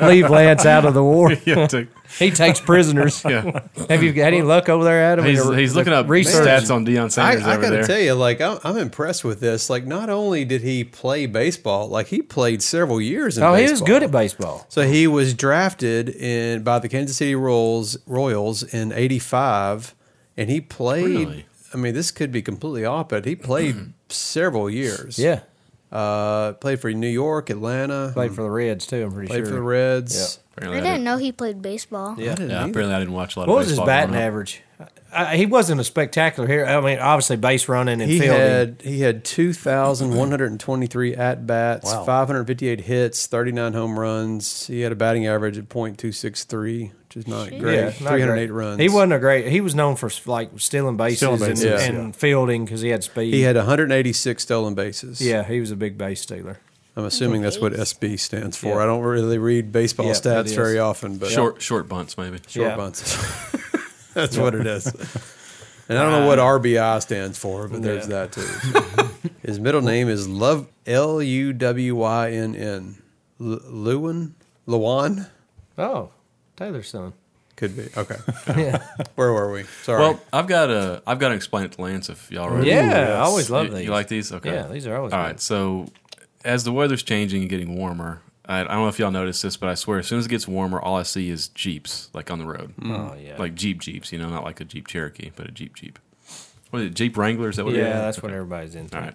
S4: Leave Lance out of the war.
S1: <laughs> yeah, take,
S4: He takes prisoners.
S1: <laughs> yeah.
S4: Have you got any luck over there, Adam?
S1: He's,
S4: Your-
S1: he's looking up
S4: research.
S1: stats on Deion Sanders
S3: I, I
S1: over
S3: gotta
S1: there.
S3: tell you, like I'm, I'm impressed with this. Like, not only did he play baseball, like he played several years. In
S4: Oh,
S3: baseball.
S4: he was good at baseball.
S3: So he was drafted in by the Kansas City Royals, Royals in '85, and he played.
S1: Really?
S3: I mean, this could be completely off, but he
S4: <clears throat>
S3: played several years.
S4: Yeah,
S3: uh, played for New York, Atlanta,
S4: played for the Reds too. I'm pretty
S3: played
S4: sure.
S3: for the Reds.
S5: I
S1: Apparently I
S5: didn't know he played baseball.
S3: I
S1: didn't-
S3: didn't
S1: yeah,
S3: either.
S1: apparently I didn't watch a lot of
S4: What was his
S1: baseball
S4: batting
S1: growing up.
S4: average? I, he wasn't a spectacular hitter. I mean, obviously base running and
S3: He
S4: fielding.
S3: had he had two thousand one hundred and twenty three at bats,
S2: Wow.
S3: five hundred fifty eight hits, thirty nine home runs. He had a batting average of .263, which is not great.
S4: Yeah, not
S3: three hundred eight
S4: great.
S3: runs.
S4: He wasn't a great. He was known for like stealing bases,
S2: Stealing bases,
S4: and,
S3: yeah.
S4: and fielding because he had speed.
S3: He had one hundred eighty six stolen bases.
S4: yeah, he was a big base stealer.
S3: I'm assuming that's what SB stands for.
S4: Yeah.
S3: I don't really read baseball
S4: Yeah, it
S3: stats
S4: is.
S3: very often, but
S1: Short short bunts maybe.
S3: short
S4: Yeah.
S3: bunts. that's what it is. <laughs> And I don't know what RBI stands for, but there's
S4: Yeah.
S3: that too. His middle name is Love L U W Y N N. L- Lewin? Lewan?
S4: Oh, Taylor's son.
S3: Could be. Okay.
S4: Yeah,
S3: <laughs> Where were we? Sorry.
S1: Well, I've got a I've got to explain it to Lance if y'all ready.
S4: yeah. I always love
S1: you,
S4: these.
S1: You like these? Okay.
S4: Yeah, these are always
S1: All
S4: good.
S1: right. So, as the weather's changing and getting warmer, I, I don't know if y'all noticed this, but I swear, as soon as it gets warmer, all I see is Jeeps, like on the road.
S4: Oh yeah.
S1: Like Jeep Jeeps, you know, not like a Jeep Cherokee, but a Jeep Jeep. What is it, Jeep Wrangler? Is that what
S4: yeah,
S1: it is?
S4: that's what
S1: Okay.
S4: everybody's
S1: <laughs>
S4: into.
S1: All right.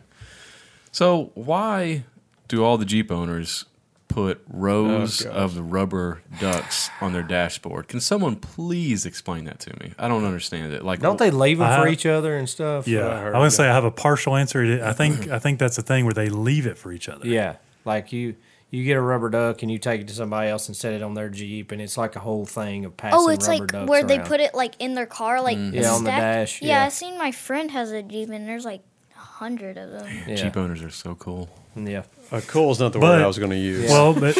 S1: So, why do all the Jeep owners put rows
S3: Oh, gosh.
S1: of the rubber ducks on their dashboard? Can someone please explain that to me? I don't understand it. Like,
S4: Don't they leave them for
S2: Uh,
S4: each other and stuff?
S2: Yeah,
S4: Uh,
S2: I, would say I have a partial answer. to it. I think I think that's the thing where they leave it for each other.
S4: Yeah, like you you get a rubber duck and you take it to somebody else and set it on their jeep, and it's like a whole thing of passing.
S5: Oh, it's
S4: rubber
S5: like
S4: ducks
S5: where they
S4: around. Mm-hmm.
S5: put it like in their car, like
S4: Yeah, on the
S5: stacked-
S4: dash,
S5: Yeah,
S4: yeah.
S5: I seen my friend has a jeep, and there's like a hundred of them.
S4: Yeah,
S1: Jeep owners are so cool.
S4: yeah.
S3: uh, cool's not the
S2: But-
S3: word I was going to use.
S2: Well, <laughs> but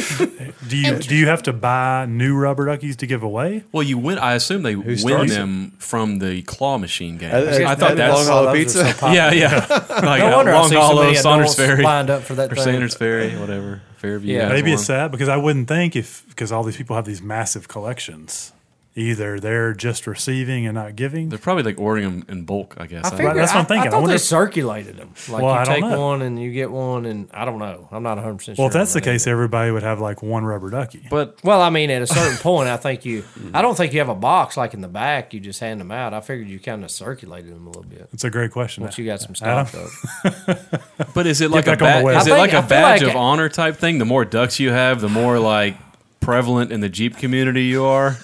S2: do you do you have to buy new rubber duckies to give away?
S1: Well, you win. I assume they win
S3: starts it?
S1: them from the claw machine game.
S3: Uh,
S1: I thought
S3: that
S1: that's
S3: long haul
S4: Oh, those are
S3: pizza?
S4: so popular.
S1: yeah, yeah. <laughs> like
S4: No wonder
S1: uh,
S4: I
S1: Long
S4: see
S1: Hollow,
S4: somebody
S1: Saunders
S4: adults
S1: Ferry,
S4: lined up for that
S1: or
S4: thing.
S1: Sanders Ferry, whatever Fairview.
S4: Yeah.
S1: has
S2: Maybe it's
S1: one.
S2: that because I wouldn't think if because all these people have these massive collections. Either they're just receiving and not giving.
S1: They're probably like ordering them in bulk. I guess. I
S4: Figure-
S2: that's what I'm
S4: I-
S2: thinking.
S4: I
S2: I
S4: thought
S2: wonder
S4: they
S2: if-
S4: circulated them. Like
S2: Well,
S4: you
S2: I don't
S4: take
S2: know.
S4: one and you get one, and I don't know. I'm not 100 percent sure.
S2: well, if that's
S4: on
S2: the
S4: that
S2: case,
S4: either.
S2: everybody would have like one rubber ducky.
S1: but
S4: Well, I mean, at a certain <laughs> point, I think you. I don't think you have a box like in the back. You just hand them out. I figured you kind of circulated them a little bit.
S2: It's a great question.
S4: Once you got some stock
S2: <laughs>
S4: up.
S1: but is it like a
S2: back on my
S1: ba-
S2: way.
S1: is
S2: I
S1: it
S4: think-
S1: like
S4: I
S1: a
S4: feel
S1: badge
S4: like-
S1: of honor type thing? The more ducks you have, the more like prevalent in the Jeep community you are.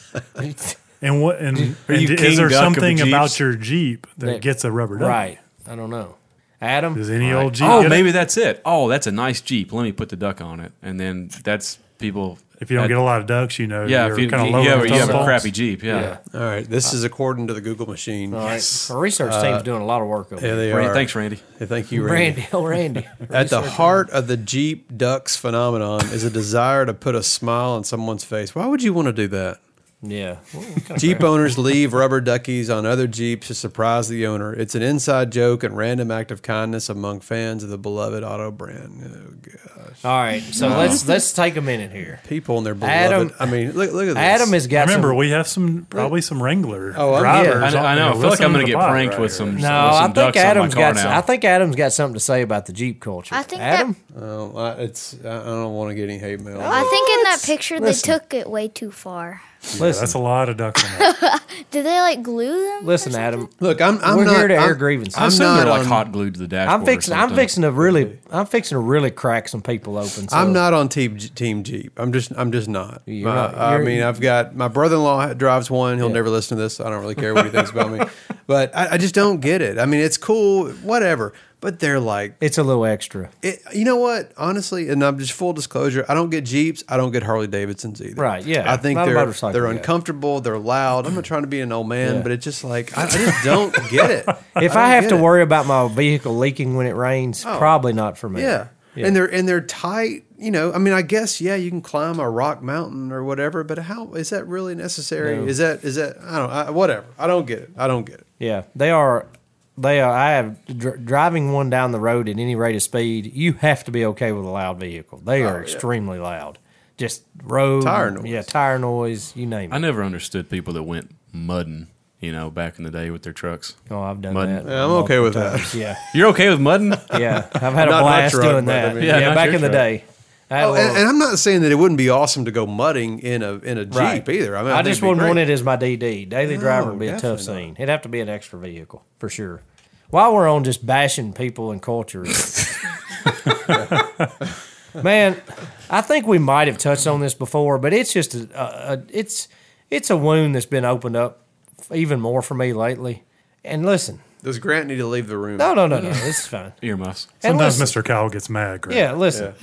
S2: and
S1: <laughs>
S2: what and, and
S1: you
S2: d-
S1: King
S2: is there
S1: Duck of the
S2: something
S1: Jeeps?
S2: about your Jeep that
S4: That-
S2: gets a rubber duck?
S4: Right. I don't know. Adam.
S2: Does any old Jeep?
S1: Oh,
S2: get it?
S1: maybe that's it. Oh, that's a nice Jeep. Let me put the duck on it, and then that's people
S2: If you don't
S1: I-
S2: get a lot of ducks, you know
S1: Yeah,
S2: you're
S1: if you,
S2: kind of low
S1: you,
S2: on
S1: have,
S2: the
S1: you have a
S2: totem
S1: crappy
S2: poles.
S1: Jeep, yeah.
S2: Yeah.
S3: All right. This is according to the Google machine.
S4: All right. Our research
S2: Uh,
S4: team's doing a lot of work over
S3: Yeah,
S4: there.
S3: they
S1: Randy-
S3: are.
S1: thanks, Randy.
S3: Hey, Thank you, Randy.
S4: Randy, <laughs> oh Randy.
S3: At the heart of the Jeep Ducks phenomenon is a desire to put a smile on someone's face. Why would you want to do that?
S4: yeah. Well, what kind of
S3: Jeep owners leave rubber duckies on other Jeeps to surprise the owner. It's an inside joke and random act of kindness among fans of the beloved auto brand. Oh, God.
S4: All right, so let's let's take a minute here.
S3: People and their beloved.
S4: Adam-
S3: I mean, look, look at this.
S4: Adam has got
S2: Remember,
S4: some,
S2: we have some probably some Wrangler
S3: Oh, I'm-
S2: drivers.
S1: I know. I,
S2: on-
S1: know. I feel like
S2: listening
S1: I'm going
S2: the
S1: to get
S2: pod
S1: pranked
S2: right
S1: with
S2: here.
S1: some.
S4: no.
S1: with
S4: I
S1: some
S4: think
S1: ducks
S4: Adam's
S1: on my car
S4: got. Some,
S1: now.
S4: I think Adam's got something to say about the Jeep culture.
S5: I think that-
S4: Adam.
S3: Oh, I, it's, I I don't want to get any hate mail.
S5: I think in that
S4: What?
S5: picture
S4: Listen.
S5: they took it way too far.
S4: listen,
S2: That's a lot of
S1: <laughs>
S2: ducks. on that.
S5: Did they like glue them?
S4: listen, Adam.
S3: Look, I'm, I'm
S4: We're
S3: not.
S4: here to
S3: I'm,
S4: air grievances.
S1: I
S3: I'm
S1: assume
S3: not
S1: they're like
S3: on-
S1: hot glued to the dashboard.
S4: um, I'm
S1: or
S4: fixing. I'm
S1: something.
S4: fixing to really. I'm fixing to really crack some people open. So
S3: I'm not on team team Jeep. I'm just I'm just not.
S4: You're
S3: My-
S4: not-
S3: I
S4: you're-
S3: mean, I've got my brother-in-law drives one. He'll
S4: Yeah.
S3: never listen to this. I don't really care what he thinks about
S4: <laughs>
S3: me, but I, I just don't get it. I mean, it's cool, whatever. But they're like,
S4: It's a
S3: <laughs>
S4: little extra,
S3: it, you know what? Honestly, and I'm just full disclosure. I don't get Jeeps. I don't get Harley Davidsons either.
S4: Right, yeah.
S3: I think
S4: Not a
S3: they're
S4: motorcycle
S3: they're
S4: guy.
S3: uncomfortable. They're loud. I'm not trying to be an old man,
S4: Yeah.
S3: but it's just like I, I just don't get it.
S4: <laughs> If
S3: don't
S4: I, have
S3: get
S4: to
S3: it. Oh.
S4: worry about my vehicle leaking when it rains, probably not for me.
S3: Yeah. And they're and they're tight, you know. I mean, I guess yeah, you can climb a rock mountain or whatever, but how is that really necessary?
S4: No.
S3: Is that is that I don't I, whatever. I don't get it. I don't get it.
S4: Yeah, they are. They are. I have dr- driving one down the road at any rate of speed. You have to be okay with a loud vehicle. They are extremely loud. Just road
S3: Oh, Tire noise.
S4: Yeah, tire noise. You name it.
S1: I never understood people that went mudding. You know, back in the day with their trucks.
S4: oh, I've done
S1: Mud.
S4: that.
S3: Yeah, I'm okay
S4: multiple
S3: with that.
S4: times. Yeah,
S1: You're okay with mudding?
S4: yeah. I've had
S3: Not
S4: a
S3: my
S4: blast
S3: truck,
S4: doing
S3: but I
S4: that.
S3: mean-
S4: yeah,
S1: Yeah, not
S4: back
S1: your
S4: in the
S1: truck.
S4: day. I had a
S3: Oh, and,
S4: little-
S3: and I'm not saying that it wouldn't be awesome to go mudding in a in a jeep
S4: Right.
S3: either. I mean,
S4: I
S3: think
S4: just
S3: it'd be
S4: wouldn't
S3: great.
S4: want it as my DD. Daily driver would be a tough
S3: definitely
S4: scene. It'd have to be an extra vehicle for sure. While we're on just bashing people and culture, <laughs> man, I think we might have touched on this before, but it's just a, a, a it's it's a wound that's been opened up even more for me lately. And listen,
S3: Does Grant need to leave the room?
S4: no, no, no, no, this is fine.
S1: Earmuffs.
S4: And
S2: Sometimes
S4: listen-
S2: Mr. Kyle gets mad. Greg.
S4: Yeah, listen,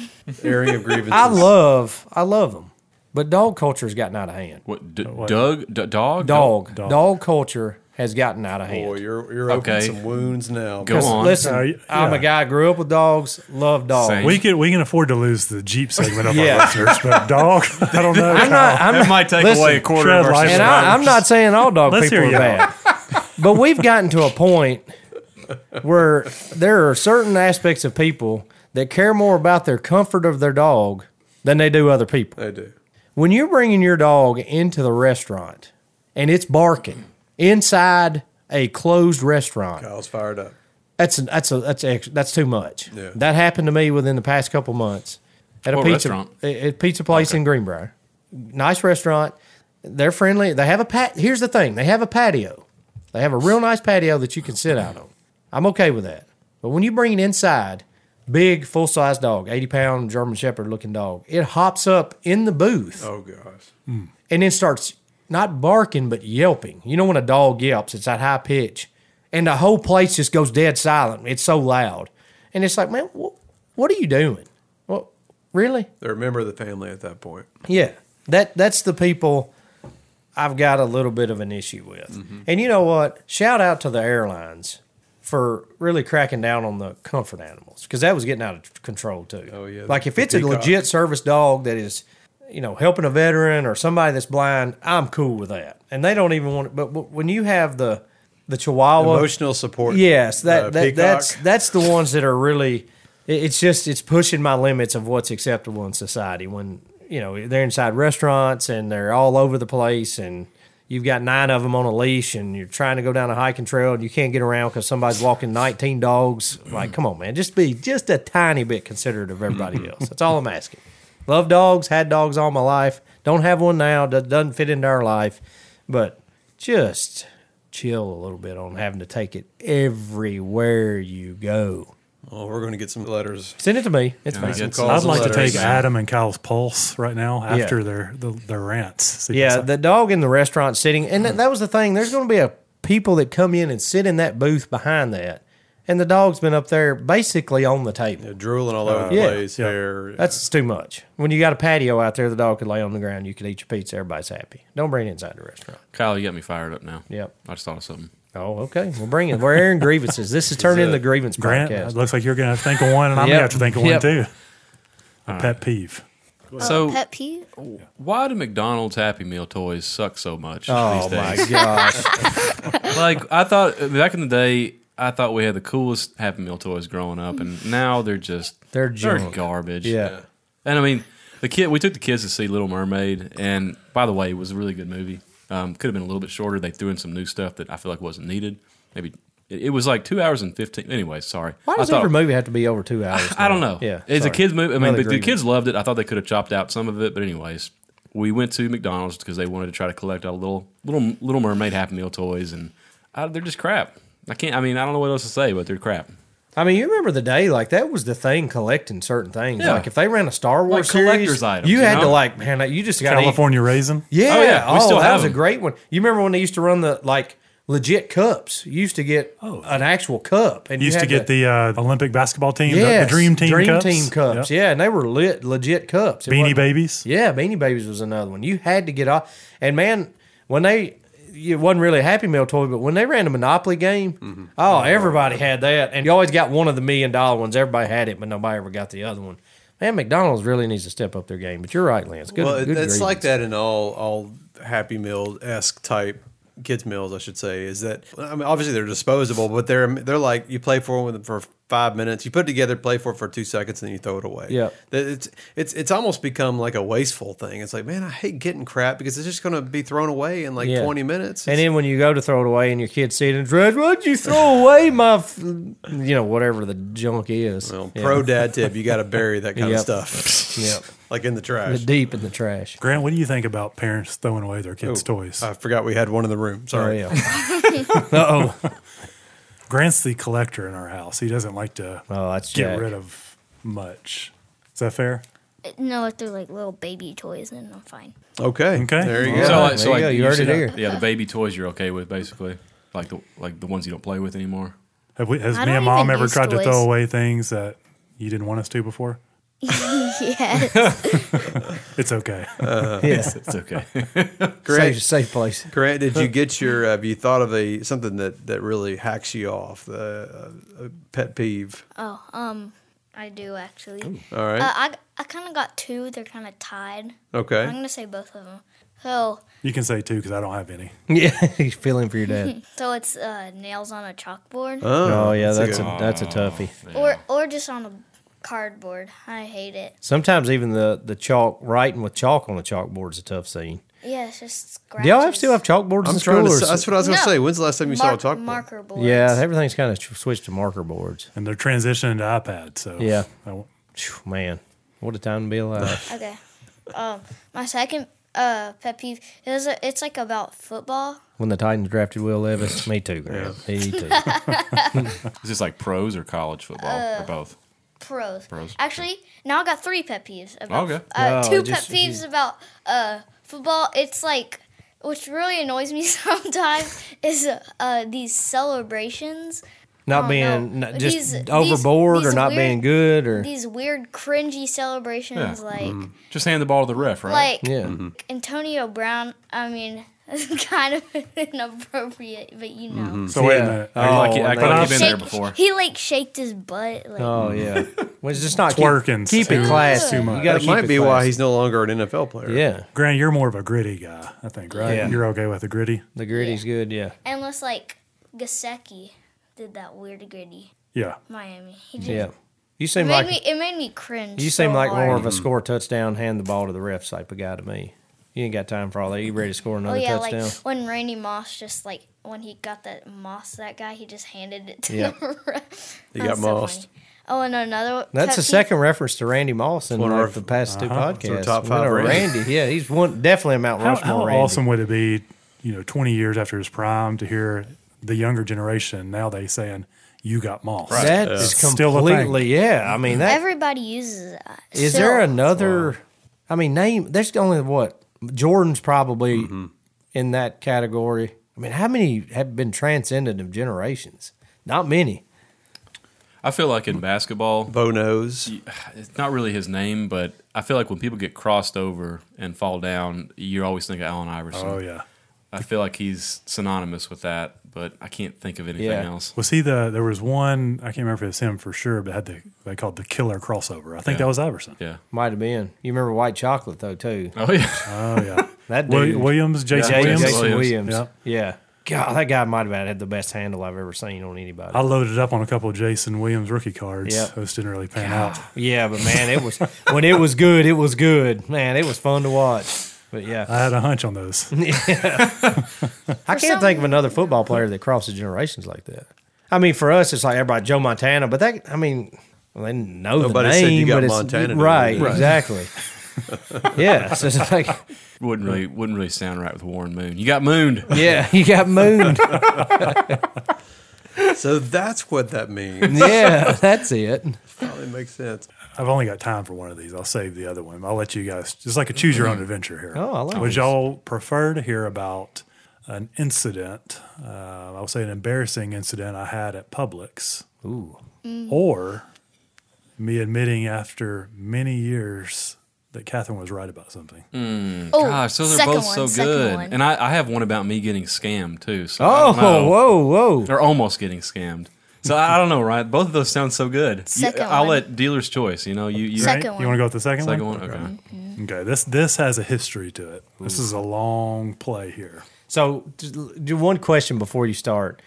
S3: airing
S4: <laughs>
S3: of grievances.
S4: I love I love them, but dog culture's gotten out of hand.
S1: What? D- Doug? D- dog?
S4: Dog, dog
S2: Dog.
S4: culture has gotten out of hand.
S3: Boy, you're you're opening
S1: Okay.
S3: some wounds now.
S1: Go on.
S4: Listen,
S2: Uh, y-
S4: I'm a
S2: yeah.
S4: guy grew up with dogs, love dogs.
S1: Same.
S2: We can we can afford to lose the Jeep segment of
S4: Yeah.
S2: our listeners, but dog, <laughs> I don't know.
S4: I'm not. I'm
S1: That
S4: not,
S1: might take
S4: listen,
S1: away a quarter of
S2: tread
S1: our
S2: lightly.
S4: And I, I'm not saying all dog
S2: Let's
S4: people
S2: hear
S4: are
S2: you <laughs>
S4: bad, but we've gotten to a point where there are certain aspects of people that care more about their comfort of their dog than they do other people.
S3: I do.
S4: When you're bringing your dog into the restaurant and it's barking inside a closed restaurant,
S3: I was fired up.
S4: that's that's a, that's ex- that's too much.
S3: Yeah.
S4: That happened to me within the past couple months at a
S1: What
S4: pizza
S1: restaurant?
S4: at a pizza place in Greenbrier. Nice restaurant. They're friendly. They have a pat. Here's the thing. They have a patio. They have a real nice patio that you can sit out on. I'm okay with that. But when you bring it inside, big full size dog, 80 pound German Shepherd looking dog, it hops up in the booth
S3: Oh gosh.
S4: and then starts not barking but yelping. You know when a dog yelps, it's that high pitch, and the whole place just goes dead silent. It's so loud, and it's like, man, wh- what are you doing? Well, really?
S3: They're a member of the family at that point.
S4: Yeah, that that's the people I've got a little bit of an issue with.
S3: Mm-hmm.
S4: And you know what? Shout out to the airlines for really cracking down on the comfort animals because that was getting out of control too.
S3: Oh, yeah.
S4: like if
S3: The
S4: it's a
S3: peacock.
S4: legit service dog that is, you know, helping a veteran or somebody that's blind, I'm cool with that. And they don't even want it. But w- when you have the the Chihuahua
S3: Emotional support.
S4: Yes, that,
S3: uh,
S4: that
S3: peacock.
S4: that's that's the ones that are really. it- It's just it's pushing my limits of what's acceptable in society when you know they're inside restaurants and they're all over the place and you've got nine of them on a leash and you're trying to go down a hiking trail and you can't get around because somebody's walking 19 dogs. Like, come on, man, just be just a tiny bit considerate of
S3: <laughs>
S4: everybody else. That's all I'm asking. Love dogs, had dogs all my life. Don't have one now. That doesn't fit into our life, but just chill a little bit on having to take it everywhere you go.
S3: Oh, we're going to get some letters.
S4: Send it to me. It's
S1: I
S4: fine.
S1: get
S3: calls
S2: I'd
S3: and
S2: like to
S3: letters.
S2: take Adam and Kyle's pulse right now after their the, their rants. See if
S4: Yeah,
S2: it's-
S4: the dog in the restaurant sitting, and that, that was the thing. There's going to be a people that come in and sit in that booth behind that, and the dog's been up there basically on the table.
S3: drooling all over the
S4: Uh, yeah.
S3: place.
S2: Yeah.
S3: Hair.
S4: That's too much. When you got a patio out there, the dog could lay on the ground. You could eat your pizza. Everybody's happy. Don't bring it inside the restaurant.
S1: Kyle, you got me fired up now.
S4: Yep.
S1: I just thought of something.
S4: Oh, okay. We'll bring it. We're airing grievances. This is turning into the grievance
S2: Grant,
S4: podcast.
S2: it looks like you're going to think of one, and I'm going
S4: Yep.
S2: to have to think of
S4: Yep.
S2: one too. A pet peeve.
S1: so,
S5: Pet peeve?
S1: why do McDonald's Happy Meal toys suck so much
S4: oh
S1: these days?
S4: my gosh.
S1: <laughs> like I thought back in the day, I thought we had the coolest Happy Meal toys growing up, and now they're just
S4: They're junk.
S1: garbage.
S4: Yeah.
S1: and I mean the kid. We took the kids to see Little Mermaid, and by the way, it was a really good movie. Um, could have been a little bit shorter. They threw in some new stuff that I feel like wasn't needed. Maybe it, it was like two hours and fifteen. Anyway, sorry.
S4: Why does
S1: I thought-
S4: every movie have to be over two hours?
S1: I don't
S4: long?
S1: know.
S4: Yeah.
S1: it's a
S4: sorry.
S1: kids movie. I mean, but
S4: Another
S1: the
S4: grievance.
S1: kids loved it. I thought they could have chopped out some of it, but anyways, we went to McDonald's because they wanted to try to collect all the little little Little Mermaid Happy Meal toys, and I, they're just crap. I can't. I mean, I don't know what else to say, but they're crap.
S4: I mean, you remember the day like that was the thing collecting certain things.
S1: Yeah.
S4: Like if they ran a Star Wars
S1: collector's
S4: series,
S1: items,
S4: you
S1: you
S4: had to
S1: know?
S4: like man, like, you just got
S2: California raisin.
S4: Yeah,
S1: Oh, yeah, we
S4: oh,
S1: still
S4: that
S1: have
S4: was a
S1: them.
S4: great one. You remember when they used to run the like legit cups? You used to get
S1: Oh.
S4: an actual cup, and
S2: You
S4: you
S2: used to
S4: had
S2: get the uh, Olympic basketball team, the-
S4: yes,
S2: the, Dream Team cups.
S4: Team cups. Yeah, and they were lit legit cups. It
S2: Beanie
S4: wasn't-
S2: Babies.
S4: Yeah, Beanie Babies was another one. You had to get off. And man, when they it wasn't really a Happy Meal toy, but when they ran the Monopoly game,
S3: Mm-hmm.
S4: oh, everybody had that. And you always got one of the million dollar ones. Everybody had it, but nobody ever got the other one. Man, McDonald's really needs to step up their game. But you're right, Lance. Good,
S3: well, it-
S4: good
S3: it's like
S4: grievance.
S3: that in all all Happy Meal esque type kids meals, I should say. Is that I mean, obviously they're disposable, but they're they're like you play for them for five minutes, you put it together, play for it for two seconds, and then you throw it away.
S4: Yeah.
S3: That it's it's it's almost become like a wasteful thing. It's like man, I hate getting crap because it's just going to be thrown away in like
S4: Yeah.
S3: twenty minutes.
S4: And then when you go to throw it away and your kids see it and dread, why'd you throw away my, f-? you know, whatever the junk is.
S3: Well,
S4: yeah.
S3: pro dad tip, you got to bury that kind
S4: <laughs> Yep.
S3: of stuff.
S4: Yep.
S3: like in the
S4: The
S3: trash.
S4: deep in the trash.
S2: Grant, what do you think about parents throwing away their kids' toys?
S4: uh,
S3: I forgot we had one in the room.
S4: Oh,
S3: Sorry.
S4: yeah. Uh-oh.
S2: Grant's the collector in our house. He doesn't like to
S4: Oh, that's
S2: get
S4: Jack.
S2: rid of much. Is that fair?
S5: No, I threw like little baby toys and I'm fine. <laughs>
S3: Okay.
S2: Okay.
S3: There you
S1: So,
S3: go.
S4: All
S1: like-
S4: right,
S1: so
S4: there
S1: like
S4: you go. You heard
S1: said, uh,
S4: it here.
S1: Yeah, the baby toys you're okay with, basically, like the like the ones you don't play with
S4: <laughs>
S1: anymore.
S2: Have we, has
S5: I
S2: me
S5: don't
S2: and mom
S5: even
S2: ever
S5: use
S2: tried to throw
S5: toys.
S2: away things that you didn't want us to before?
S4: <laughs>
S5: Yeah.
S2: It's okay.
S4: Yes.
S1: It's okay. <laughs>
S4: Safe,
S3: Great.
S4: safe place. <laughs>
S3: Grant, did you get your? uh, Have you thought of a something that that really hacks you off? The uh, a pet peeve.
S5: oh, um, I do actually.
S3: All right.
S5: Uh, I I kind of got two. They're kind of tied. I'm
S3: okay.
S5: gonna say both of them. So
S2: you can say two because I don't have any.
S4: Yeah, he's feeling for your dad.
S5: so it's uh, nails on a chalkboard
S3: <laughs>
S4: Oh, yeah,
S3: that's
S4: that's
S3: a Oh.
S4: a that's a toughie.
S5: or or just on a cardboard. I hate it.
S4: Sometimes even the the chalk writing with chalk on a chalkboard is a tough scene.
S5: Yeah, it's just scratches.
S4: Do y'all have still have chalkboards
S3: I'm
S4: in
S3: trying
S4: school?
S3: to.
S4: or
S3: s- That's what I was going to
S5: No.
S3: say. When's the last time you
S5: Mark-
S3: saw a chalkboard?
S5: marker boards?
S4: yeah, everything's kind of switched to marker boards.
S2: And they're transitioning to iPad. So
S4: Yeah.
S2: I won't-
S4: Phew, man, what a time to
S3: <laughs>
S4: be alive.
S5: Okay. Um, my second uh pet peeve is it's like about football.
S4: when the Titans drafted Will Levis, me too, Grant.
S3: <laughs>
S4: Me too.
S5: Oh,
S1: Is this like pros or college football or both?
S5: Pros.
S1: Pros, Oh,
S5: Actually, now I got three pet peeves. About,
S1: Okay.
S5: Uh,
S4: No,
S5: two
S4: Oh, just-
S5: pet peeves about uh football. It's like, which really annoys me <laughs> sometimes is uh these celebrations.
S4: Not
S5: Oh,
S4: being
S5: no.
S4: not, just
S5: These- these-
S4: overboard
S5: these
S4: or not
S5: weird-
S4: being good or
S5: These weird, cringy celebrations,
S1: Yeah. Mm-hmm.
S5: like
S1: Just hand the ball to the ref, right?
S5: like
S4: yeah.
S3: Mm-hmm.
S5: Antonio Brown. I mean, <laughs> it's kind of inappropriate, but you know.
S2: So wait a
S4: Yeah.
S2: minute.
S4: Oh,
S1: like, I
S4: and
S1: could
S4: they-
S1: have been there
S5: Shake-
S1: before.
S5: He like shaked his butt. Like,
S4: Oh yeah, well, it's just not keep-
S2: Twerking's
S4: Keep,
S2: too-
S4: it classy.
S5: too
S4: You
S2: much.
S4: gotta
S3: That
S4: keep
S3: might
S4: it
S3: be why
S4: classy.
S3: he's no longer an NFL player.
S4: yeah.
S2: Grant, you're more of a gritty guy, I think, right?
S4: Yeah.
S2: You're okay with the gritty?
S4: The gritty's good. Yeah.
S5: unless like Gasecki did that weird gritty
S2: Yeah.
S5: Miami. He just,
S4: Yeah. You
S5: It
S4: seem
S5: made
S4: like
S5: me. It made me cringe.
S4: you seem
S5: so
S4: like
S5: hard.
S4: more of a score touchdown, hand the ball to the ref type of guy to me. You ain't got time for all that. You ready to score
S5: Oh
S4: another
S5: yeah,
S4: touchdown?
S5: like when Randy Moss just like when he got that Moss that guy, he just handed it to
S4: Yeah.
S5: <laughs> the ref.
S3: He
S5: That
S3: got
S5: was so
S3: mossed.
S5: funny. Oh, and another.
S4: That's
S5: pet
S4: the
S5: peeve-
S4: second reference to Randy Moss in
S3: One of
S4: like
S3: our-
S4: the past two
S2: Uh-huh.
S4: podcasts.
S3: It's our top
S4: We
S3: five
S4: know
S3: Randy.
S4: Randy. Yeah, he's one definitely a Mount
S2: How,
S4: Rushmore.
S2: how
S4: Randy.
S2: awesome would it be, you know, 20 years after his prime to hear the younger generation now they saying, you got moss.
S4: That is
S2: It's still a thing.
S4: completely yeah. I mean that
S5: Everybody uses that.
S4: is there
S5: Still.
S4: another? I mean, name. There's only what Jordan's probably
S3: Mm-hmm.
S4: in that category. I mean, how many have been transcendent of generations? Not many.
S1: I feel like in basketball,
S3: Bo knows.
S4: <laughs>
S1: it's not really his name, but I feel like when people get crossed over and fall down, you always think of Allen Iverson.
S2: Oh yeah.
S1: I feel like he's synonymous with that, but I can't think of anything
S4: Yeah.
S1: else.
S2: Was he the? There was one. I can't remember if it was him for sure, but had the they called the killer crossover. I think
S1: Yeah.
S2: that was Iverson.
S1: Yeah.
S4: Might have been. You remember White Chocolate though too.
S1: Oh yeah. <laughs>
S2: Oh yeah.
S4: That
S2: Wil-
S4: dude,
S2: Williams, Jason
S4: Yeah,
S2: Williams.
S4: Jason
S1: Williams.
S4: Williams.
S2: Yeah.
S4: Yeah. God, that guy might have had the best handle I've ever seen on anybody.
S2: I loaded up on a couple of Jason Williams rookie cards.
S4: Yep.
S2: Those didn't really pan out.
S4: Yeah, but man, it was when it was good, it was good. Man, it was fun to watch. But
S2: I
S4: yeah,
S2: had a hunch on
S4: <laughs>
S2: those.
S4: I can't think of another football player that crosses generations like that. I mean, for us, it's like everybody Joe Montana, but that I mean, well, they know
S3: Nobody
S4: the
S3: said
S4: name,
S3: you got
S4: but it's-
S3: Montana to
S4: right?
S3: do it. <laughs>
S4: Exactly. yeah, so it's like
S1: Wouldn't really wouldn't really sound right with Warren Moon. You got mooned.
S4: yeah, you got mooned.
S3: So that's what that means. <laughs>
S4: <laughs> Yeah, that's it.
S3: Probably makes sense.
S2: I've only got time for one of these. I'll save the other one. I'll let you guys. It's like a choose your own adventure here.
S4: Oh, I like
S2: Would
S4: these.
S2: y'all prefer to hear about an incident? Uh, I'll say an embarrassing incident I had at Publix,
S4: Ooh,
S5: Mm.
S2: or me admitting after many years that Catherine was right about something.
S5: Oh,
S1: Gosh, those are
S5: second
S1: both
S5: one,
S1: so
S5: second
S1: good.
S5: one.
S1: And I, I have one about me getting scammed too. So I
S4: oh,
S1: don't know.
S4: whoa, whoa.
S1: Or almost getting scammed. So I, I don't know, right? Both of those sound so good. You-
S5: Second
S1: I'll
S5: one.
S1: let dealer's choice. You know, you, you
S5: Second
S2: You
S5: one.
S2: want to go with the second,
S1: Second
S2: one?
S1: one. Okay.
S2: Okay. This this has a history to it. This is a
S4: Mm.
S2: long play here.
S4: So, d- d- one question before you start: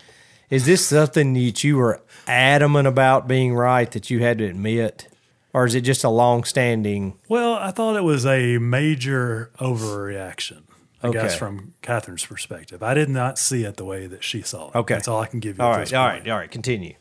S4: Is this something that you were adamant about being right that you had to admit, or is it just a long-standing?
S2: Well, I thought it was a major overreaction, I guess,
S4: Okay.
S2: from Catherine's perspective. I did not see it the way that she saw it.
S4: Okay.
S2: That's all I can give you.
S4: All
S2: at
S4: right,
S2: this
S4: all
S2: point.
S4: right, all right. Continue.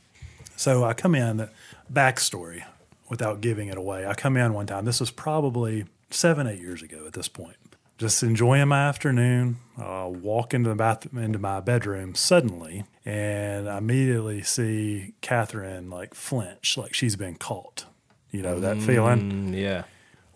S2: So I come in, backstory without giving it away. I come in one time. This was probably seven, eight years ago at this point. Just enjoying my afternoon. I walk into the bathroom, into my bedroom suddenly, and I immediately see Catherine like flinch, like she's been caught. You know, that
S4: Mm.
S2: feeling.
S4: Yeah.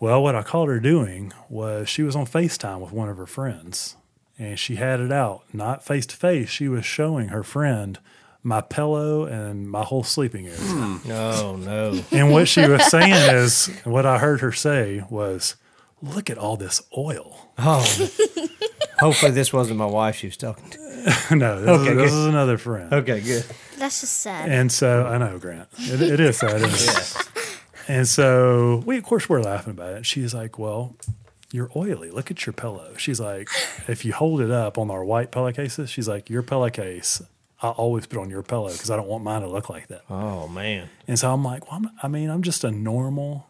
S2: Well, what I caught her doing was she was on FaceTime with one of her friends and she had it out, not face to face. She was showing her friend my pillow and my whole sleeping area.
S4: No, no.
S2: and what she was saying is, what I heard her say was, look at all this oil. <laughs>
S4: Oh. <laughs> Hopefully, this wasn't my wife she was talking to.
S2: no, this,
S4: Okay,
S2: is, this
S4: good.
S2: is another friend.
S4: Okay, good.
S5: That's just sad.
S2: And so I know, Grant. It, it is sad. Isn't it? And so we, of course, we're laughing about it. She's like, Well, you're oily. Look at your pillow. She's like, If you hold it up on our white pillow cases, she's like, Your pillow case, I always put on your pillow because I don't want mine to look like that.
S4: Oh man.
S2: And so I'm like, Well, I'm, I mean, I'm just a normal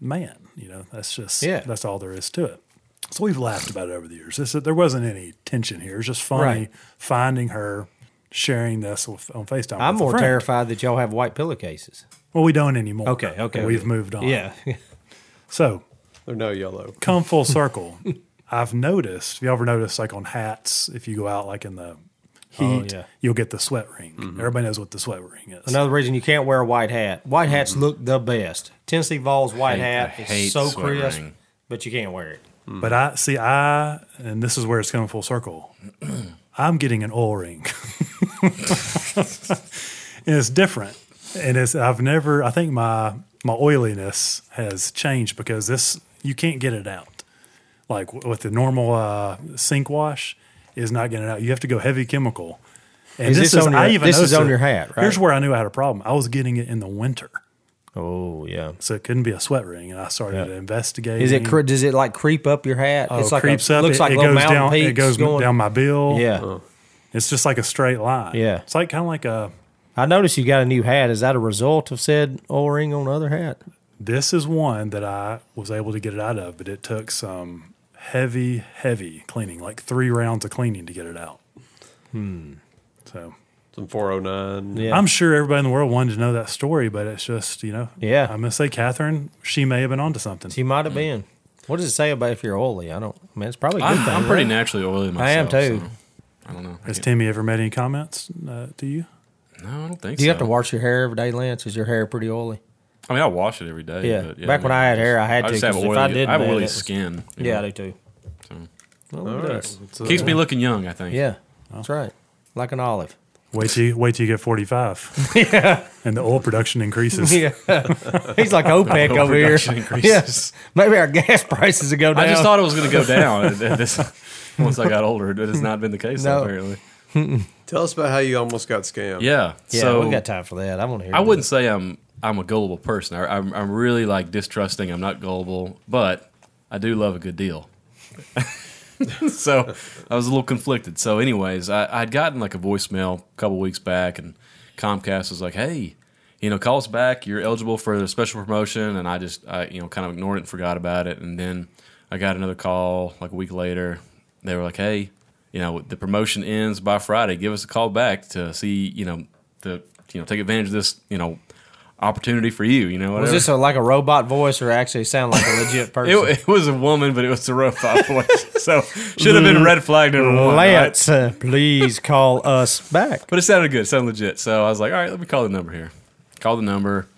S2: man. You know, that's just,
S4: Mm-hmm. Yeah.
S2: that's all there is to it. So we've laughed about it over the years. This, there wasn't any tension here. It's just funny
S4: Right.
S2: finding her sharing this with, on FaceTime.
S4: I'm
S2: with a
S4: more
S2: friend.
S4: terrified that y'all have white pillowcases.
S2: Well, we don't anymore.
S4: Okay, okay.
S2: We've moved on.
S4: Yeah.
S2: So
S3: They're no yellow.
S2: come
S4: <laughs>
S2: full circle. I've noticed, if you ever noticed, like on hats, if you go out like in the heat,
S4: Oh, yeah. Mm-hmm.
S2: you'll get the sweat ring. Everybody knows what the sweat ring is.
S4: <laughs> Another reason you can't wear a white hat. White hats look the best. Tennessee Vols white
S1: hate-
S4: hat
S1: I
S4: is
S1: hate
S4: so
S1: sweat
S4: crisp,
S1: ring.
S4: but you can't wear it.
S2: But I see, I, and this is where it's coming full circle. <clears throat> I'm getting an oil ring. <laughs> and it's different. And it's, I've never, I think my, my oiliness has changed because this, you can't get it out. Like w- with the normal uh, sink wash is not getting it out. You have to go heavy chemical. And
S4: Is this on your- this is
S2: noticed
S4: on
S2: it.
S4: your hat, right?
S2: Here's where I knew I had a problem. I was getting it in the winter.
S4: Oh yeah.
S2: So it couldn't be a sweat ring. And I started to investigate.
S4: Is it cre- does it like creep up your hat?
S2: Oh,
S4: it's like
S2: creeps
S4: a,
S2: up.
S4: Looks
S2: it,
S4: like
S2: it
S4: little
S2: goes
S4: mountain
S2: down.
S4: peaks
S2: It goes
S4: going
S2: down my bill.
S4: Yeah,
S2: it's just like a straight line.
S4: Yeah.
S2: it's like kind of like a.
S4: I noticed you got a new hat. Is that a result of said oil ring on the other hat?
S2: This is one that I was able to get it out of, but it took some heavy, heavy cleaning, like three rounds of cleaning to get it out. Hmm. So
S3: Some 409.
S4: Yeah.
S2: I'm sure everybody in the world wanted to know that story, but it's just you know.
S4: Yeah.
S2: I'm gonna say Catherine. She may have been onto something.
S4: She might have been. What does it say about if you're oily? I don't. I mean, it's probably a good
S1: I'm,
S4: thing.
S1: I'm pretty
S4: right?
S1: naturally oily myself.
S4: I am too.
S1: so I don't know. I
S2: Has
S1: can't-
S2: Timmy ever made any comments uh, to you?
S1: no, I don't think
S4: Do
S1: so.
S4: you have to wash your hair every day, Lance? Is your hair pretty oily?
S1: I mean, I wash it every day.
S4: Yeah.
S1: But,
S4: Back when I had hair, I had to,
S1: just have
S4: 'cause if
S1: oily,
S4: I didn't,
S1: I have
S4: man, it
S1: oily
S4: was-
S1: skin. you
S4: Yeah,
S1: know.
S4: I do too.
S1: So.
S4: Well,
S3: All
S4: look at
S3: right.
S4: us.
S3: So-
S1: Keeps me looking young, I think. <laughs>
S4: Yeah, that's right. Like an olive.
S2: Wait till you, wait till you get 45
S4: <laughs> yeah.
S2: and the oil production increases.
S4: <laughs> Yeah. He's like OPEC
S1: Oil
S4: over here. <laughs>
S1: production increases.
S4: Yes. Maybe our gas <laughs> prices will go down.
S1: I just thought it was going to
S4: <laughs>
S1: go down at- at this- once I got older. It has not been the case,
S4: No.
S1: apparently.
S3: Tell us about how you almost got scammed.
S1: Yeah.
S4: Yeah,
S1: so
S4: we got time for that. I want to hear.
S1: I
S4: about
S1: wouldn't
S4: it.
S1: say I'm I'm a gullible person. I, I'm I'm really like distrusting. I'm not gullible, but I do love a good deal. <laughs> so I was a little conflicted. So, anyways, I, I'd gotten like a voicemail a couple weeks back, and Comcast was like, "Hey, you know, call us back. You're eligible for the special promotion." And I just, I you know, kind of ignored it and forgot about it. And then I got another call like a week later. They were like, "Hey, you know, the promotion ends by Friday. Give us a call back to see, you know, the you know, take advantage of this, you know." Opportunity for you, you know. Whatever.
S4: Was this a, like a robot voice, or actually sound like a legit person? <laughs>
S1: It, it was a woman, but it was a robot <laughs> voice, so should have been red flag number one. right?
S4: Mm-hmm. Lance, uh, please call us back.
S1: But it sounded good. It sounded legit. So I was like, all right, let me call the number here. Call the number.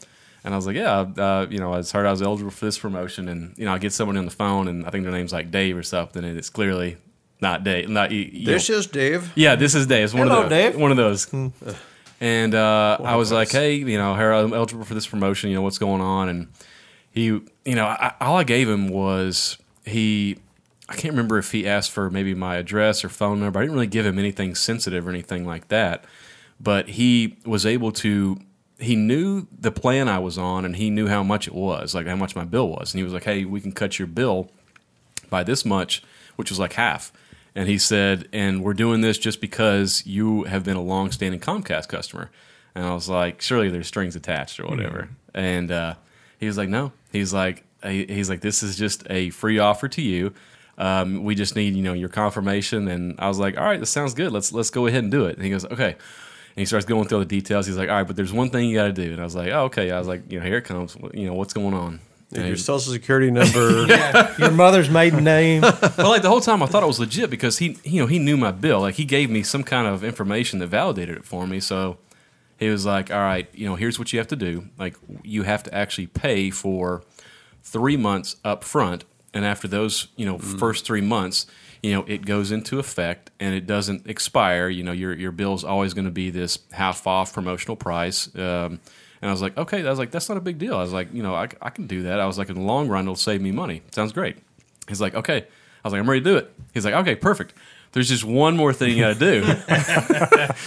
S1: And I was like, yeah, uh, you know, I just heard I was eligible for this promotion. And, you know, I get someone on the phone and I think their name's like Dave or something. And it's clearly not Dave. Not, E, you, you know-
S3: This is Dave.
S1: yeah, this is Dave. It's one
S4: Hello,
S1: of those.
S4: Dave.
S1: One of those. And uh, I was like, hey, you know, Harry, I'm eligible for this promotion. You know, what's going on? And he, you know, I, all I gave him was he. I can't remember if he asked for maybe my address or phone number. I didn't really give him anything sensitive or anything like that. But he was able to. He knew the plan I was on, and he knew how much it was, like how much my bill was. And he was like, "Hey, we can cut your bill." by this much, which was like half. And he said, and we're doing this just because you have been a long-standing Comcast customer. And I was like, surely there's strings attached or whatever. And uh, he was like, no. He's like, he- he's like, this is just a free offer to you. Um, we just need, you know, your confirmation. And I was like, all right, this sounds good. Let's let's go ahead and do it. And he goes, okay. And he starts going through all the details. He's like, all right, but there's one thing you got to do. And I was like, oh, okay. I was like, you know, here it comes. You know, what's going on? And he
S3: Your social security
S4: <laughs>
S3: number.
S4: <laughs> Your mother's maiden name.
S1: but like the whole time, I thought it was legit because he, you know, he knew my bill. Like he gave me some kind of information that validated it for me. So he was like, "All right, you know, here's what you have to do. Like you have to actually pay for three months up front, and after those, you know, first three months." You know, it goes into effect and it doesn't expire. You know, your your bill's always going to be this half off promotional price. Um, and I was like, okay, I was like, that's not a big deal. I was like, you know, I, I can do that. I was like, in the long run, it'll save me money. Sounds great. He's like, okay. I was like, I'm ready to do it. He's like, okay, perfect. There's just one more thing you got to do.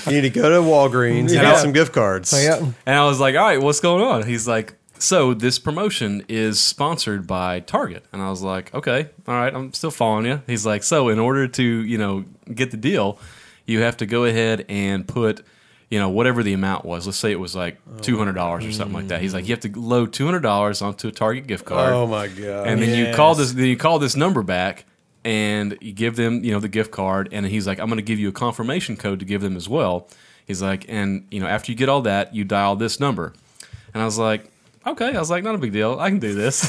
S3: you need to go to Walgreens and
S4: Yeah.
S3: get some gift cards.
S4: yeah.
S1: and I was like, all right, what's going on? He's like, so this promotion is sponsored by Target. And I was like, okay, all right, I'm still following you. He's like, so in order to, you know, get the deal, you have to go ahead and put, you know, whatever the amount was. Let's say it was like $200 or something like that. He's like, you have to load $200 onto a Target gift card.
S3: Oh my god.
S1: and then you
S4: Yes.
S1: call this then you call this number back and you give them you know the gift card and he's like i'm going to give you a confirmation code to give them as well he's like and you know after you get all that you dial this number and i was like okay i was like not a big deal i can do
S3: <laughs>
S1: this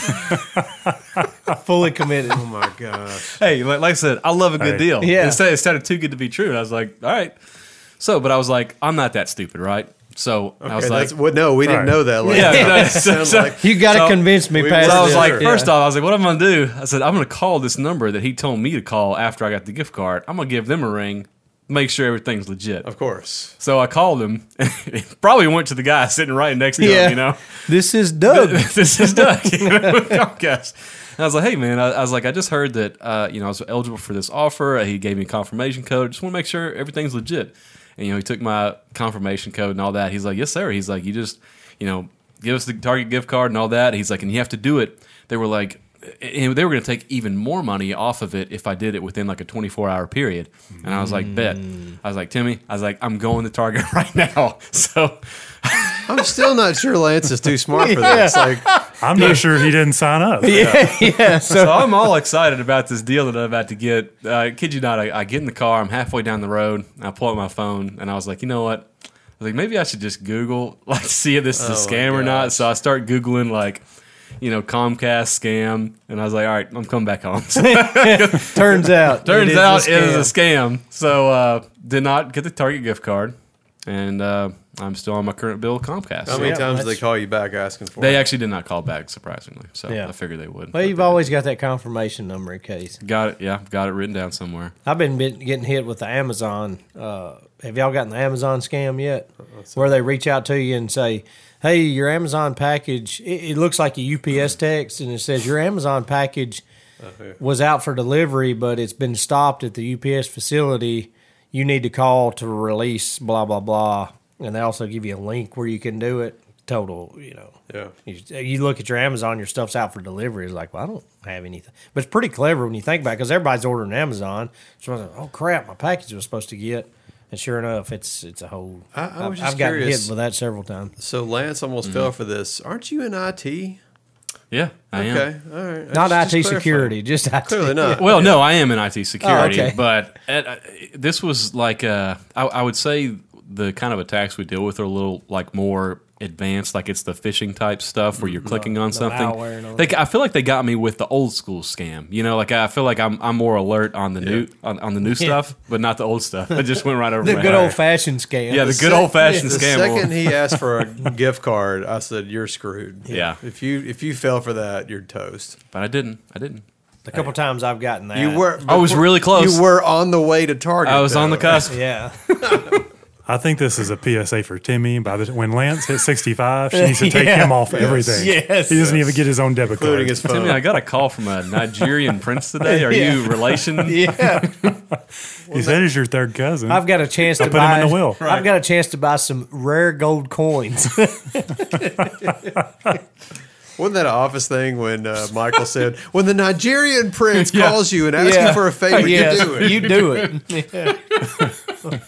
S4: Fully committed.
S3: oh my gosh.
S1: hey, like, like I said, I love a good
S2: Hey.
S1: deal.
S4: Yeah.
S1: It sounded, it sounded too good to be true and i was like all right so but i was like i'm not that stupid right so i was
S3: Okay,
S1: like
S3: that's, what, no, we didn't
S2: Right.
S3: know that. Like,
S1: <laughs> yeah, no,
S3: sounds
S1: so-
S3: like
S4: You got to
S1: So-
S4: convince me,
S3: we-
S4: Pastor.
S1: So I was
S3: Yeah.
S1: like,
S3: Sure.
S1: first off, I was like, what am I gonna do? I said, I'm gonna call this number that he told me to call after I got the gift card. I'm gonna give them a ring, make sure everything's legit.
S3: <laughs> of course.
S1: So I called him. <laughs> Probably went to the guy sitting right next to
S4: Yeah.
S1: him. You know,
S4: this is Doug.
S1: this is Doug you <laughs> know, with Comcast. And I was like, hey man, I, I was like, I just heard that uh, you know I was eligible for this offer. Uh, He gave me a confirmation code. Just want to make sure everything's legit. And you know, he took my confirmation code and all that. He's like, yes sir. He's like, you just you know give us the Target gift card and all that. He's like, and you have to do it. They were like. And they were going to take even more money off of it if I did it within like a 24 hour period. And I was like, bet. I was like, Timmy, I was like, I'm going to Target <laughs> right now. So
S3: I'm still not sure Lance is too smart
S1: <laughs>
S3: for this. Like,
S2: I'm not sure he didn't sign up.
S4: <laughs> yeah, yeah. So
S1: so I'm all excited about this deal that I'm about to get. Uh, kid you not, I, I get in the car. I'm halfway down the road. I pull out my phone, and I was like, you know what? I was like, maybe I should just Google, <laughs> like, see if this is a
S3: Oh, my
S1: scam or not.
S3: gosh.
S1: So I start googling, like, you know, Comcast scam, and I was like, all right, I'm coming back
S4: <laughs>
S1: home. So
S4: turns out,
S1: <laughs> Turns
S4: is a
S1: out it is
S4: scam.
S1: a scam. So uh, did not get the Target gift card, and uh, I'm still on my current bill with Comcast.
S3: How
S1: So
S3: many
S4: Oh, Yeah,
S3: times did they
S4: that's-
S3: call you back asking for
S1: they
S3: it?
S1: actually did not call back, surprisingly. So
S4: Yeah.
S1: I figured they would.
S4: Well,
S1: but
S4: you've
S1: they
S4: always got that confirmation number in case.
S1: didn't. got it. Yeah, got it written down somewhere.
S4: I've been bit- getting hit with the Amazon. Uh, have y'all gotten the Amazon scam yet? Where they reach out to you and say, "Hey, your Amazon package." It, it looks like a UPS text, and it says your Amazon package was out for delivery, but it's been stopped at the UPS facility. You need to call to release blah blah blah, and they also give you a link where you can do it. Total, you know.
S3: Yeah.
S4: You, you look at your Amazon, your stuff's out for delivery. It's like, well, I don't have anything. But it's pretty clever when you think about it because everybody's ordering Amazon. So I was like, oh, crap, my package was supposed to get. And sure enough, it's it's a whole.
S3: I- I was
S4: I've-
S3: just
S4: I've gotten
S3: curious.
S4: hit with that several times.
S3: So Lance almost
S1: Mm-hmm.
S3: fell for this. Aren't you in IT?
S1: Yeah, I am.
S3: Okay, all right.
S4: Not IT
S3: That's just clarifying.
S4: security, just
S1: <laughs>
S4: IT.
S3: Clearly not.
S1: Well, no, I am in IT security,
S4: Oh, okay.
S1: but at, uh, this was like uh, I, I would say the kind of attacks we deal with are a little like more advanced, like it's the phishing type stuff where you're clicking on
S4: Mm-hmm. malware and all
S1: something. They, I feel like they got me with the old school scam. You know, like I feel like I'm I'm more alert on the new on, on the new stuff, but not the old stuff. It just went right over
S4: The
S1: my
S4: good
S1: head.
S4: old fashioned scam.
S1: yeah, the good old fashioned
S3: the
S1: scam.
S3: second he asked
S1: <laughs>
S3: for a gift card, I said, "You're screwed."
S1: Yeah.
S3: If you if you fell for that, you're toast.
S1: but I didn't. I didn't.
S4: A couple times I've gotten that.
S3: You were.
S1: I was really close.
S3: You were on the way to Target.
S1: I was on the
S3: though.
S1: cusp.
S4: Yeah.
S2: I think this is a PSA for Timmy. By the when Lance hits sixty five, she
S4: <laughs>
S2: needs to take
S4: Yeah.
S2: him off everything.
S4: <laughs> Yes.
S2: he doesn't even get his own debit
S3: including
S2: card.
S3: his
S1: Timmy, I
S3: phone.
S1: got a call from a Nigerian prince today.
S4: <laughs>
S1: Are you relation?
S4: Yeah.
S2: he said he's your third cousin.
S4: I've got a chance to
S2: put 'em
S4: buy.
S2: in the will.
S4: I've got a chance to buy some rare gold coins.
S3: Wasn't that an office thing when uh, Michael said, "When the Nigerian prince calls you and asks
S4: <laughs> Yeah.
S3: you for a favor,
S4: Yes,
S3: you do it."
S4: You do
S3: <laughs>
S4: it.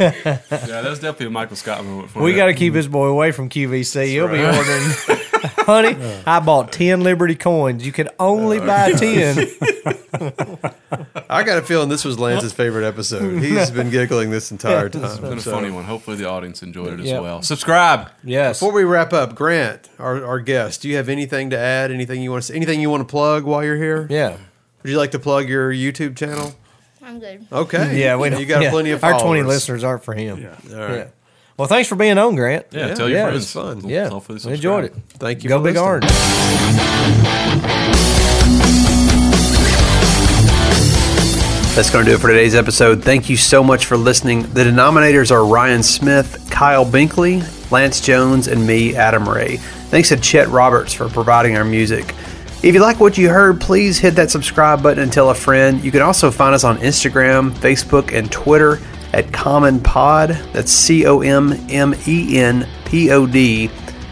S1: Yeah, that was definitely a Michael Scott moment for
S4: We
S1: me.
S4: got to keep this boy away from QVC. He'll
S3: <laughs>
S4: be ordering. Honey, I bought 10 Liberty coins. You can only
S3: Uh, <laughs>
S4: buy 10.
S3: I got a feeling this was Lance's favorite episode. He's been giggling this entire time.
S1: Been a funny one. Hopefully, the audience enjoyed it as
S4: Yep.
S1: well. Subscribe.
S4: Yes.
S3: Before we wrap up, Grant, our, our guest, do you have anything to add? Anything you want to anything you want to plug while you're here?
S4: yeah.
S3: Would you like to plug your YouTube channel?
S5: I'm good.
S3: Okay.
S4: Yeah. We,
S3: you got
S4: yeah.
S3: plenty of
S4: Our
S3: followers.
S4: 20 listeners aren't for him.
S2: Yeah.
S3: All right.
S4: Yeah. Well, thanks for being on, Grant.
S1: Yeah, tell your
S4: yeah, it
S1: friends.
S3: was fun.
S1: Hopefully
S4: Yeah.
S1: subscribe.
S4: We enjoyed it.
S3: Thank you.
S4: Go
S3: for
S4: Big
S3: listening.
S4: Orange.
S3: That's going to do it for today's episode. Thank you so much for listening. The denominators are Ryan Smith, Kyle Binkley, Lance Jones, and me, Adam Ray. Thanks to Chet Roberts for providing our music. If you like what you heard, please hit that subscribe button and tell a friend. You can also find us on Instagram, Facebook, and Twitter at Common Pod. That's C O M M E N P O D.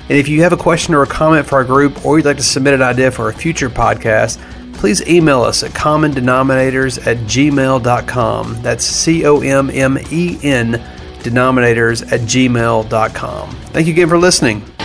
S3: And if you have a question or a comment for our group, or you'd like to submit an idea for a future podcast, please email us at commondenominators at gmail.com. That's C O M M E N denominators at gmail.com. Thank you again for listening.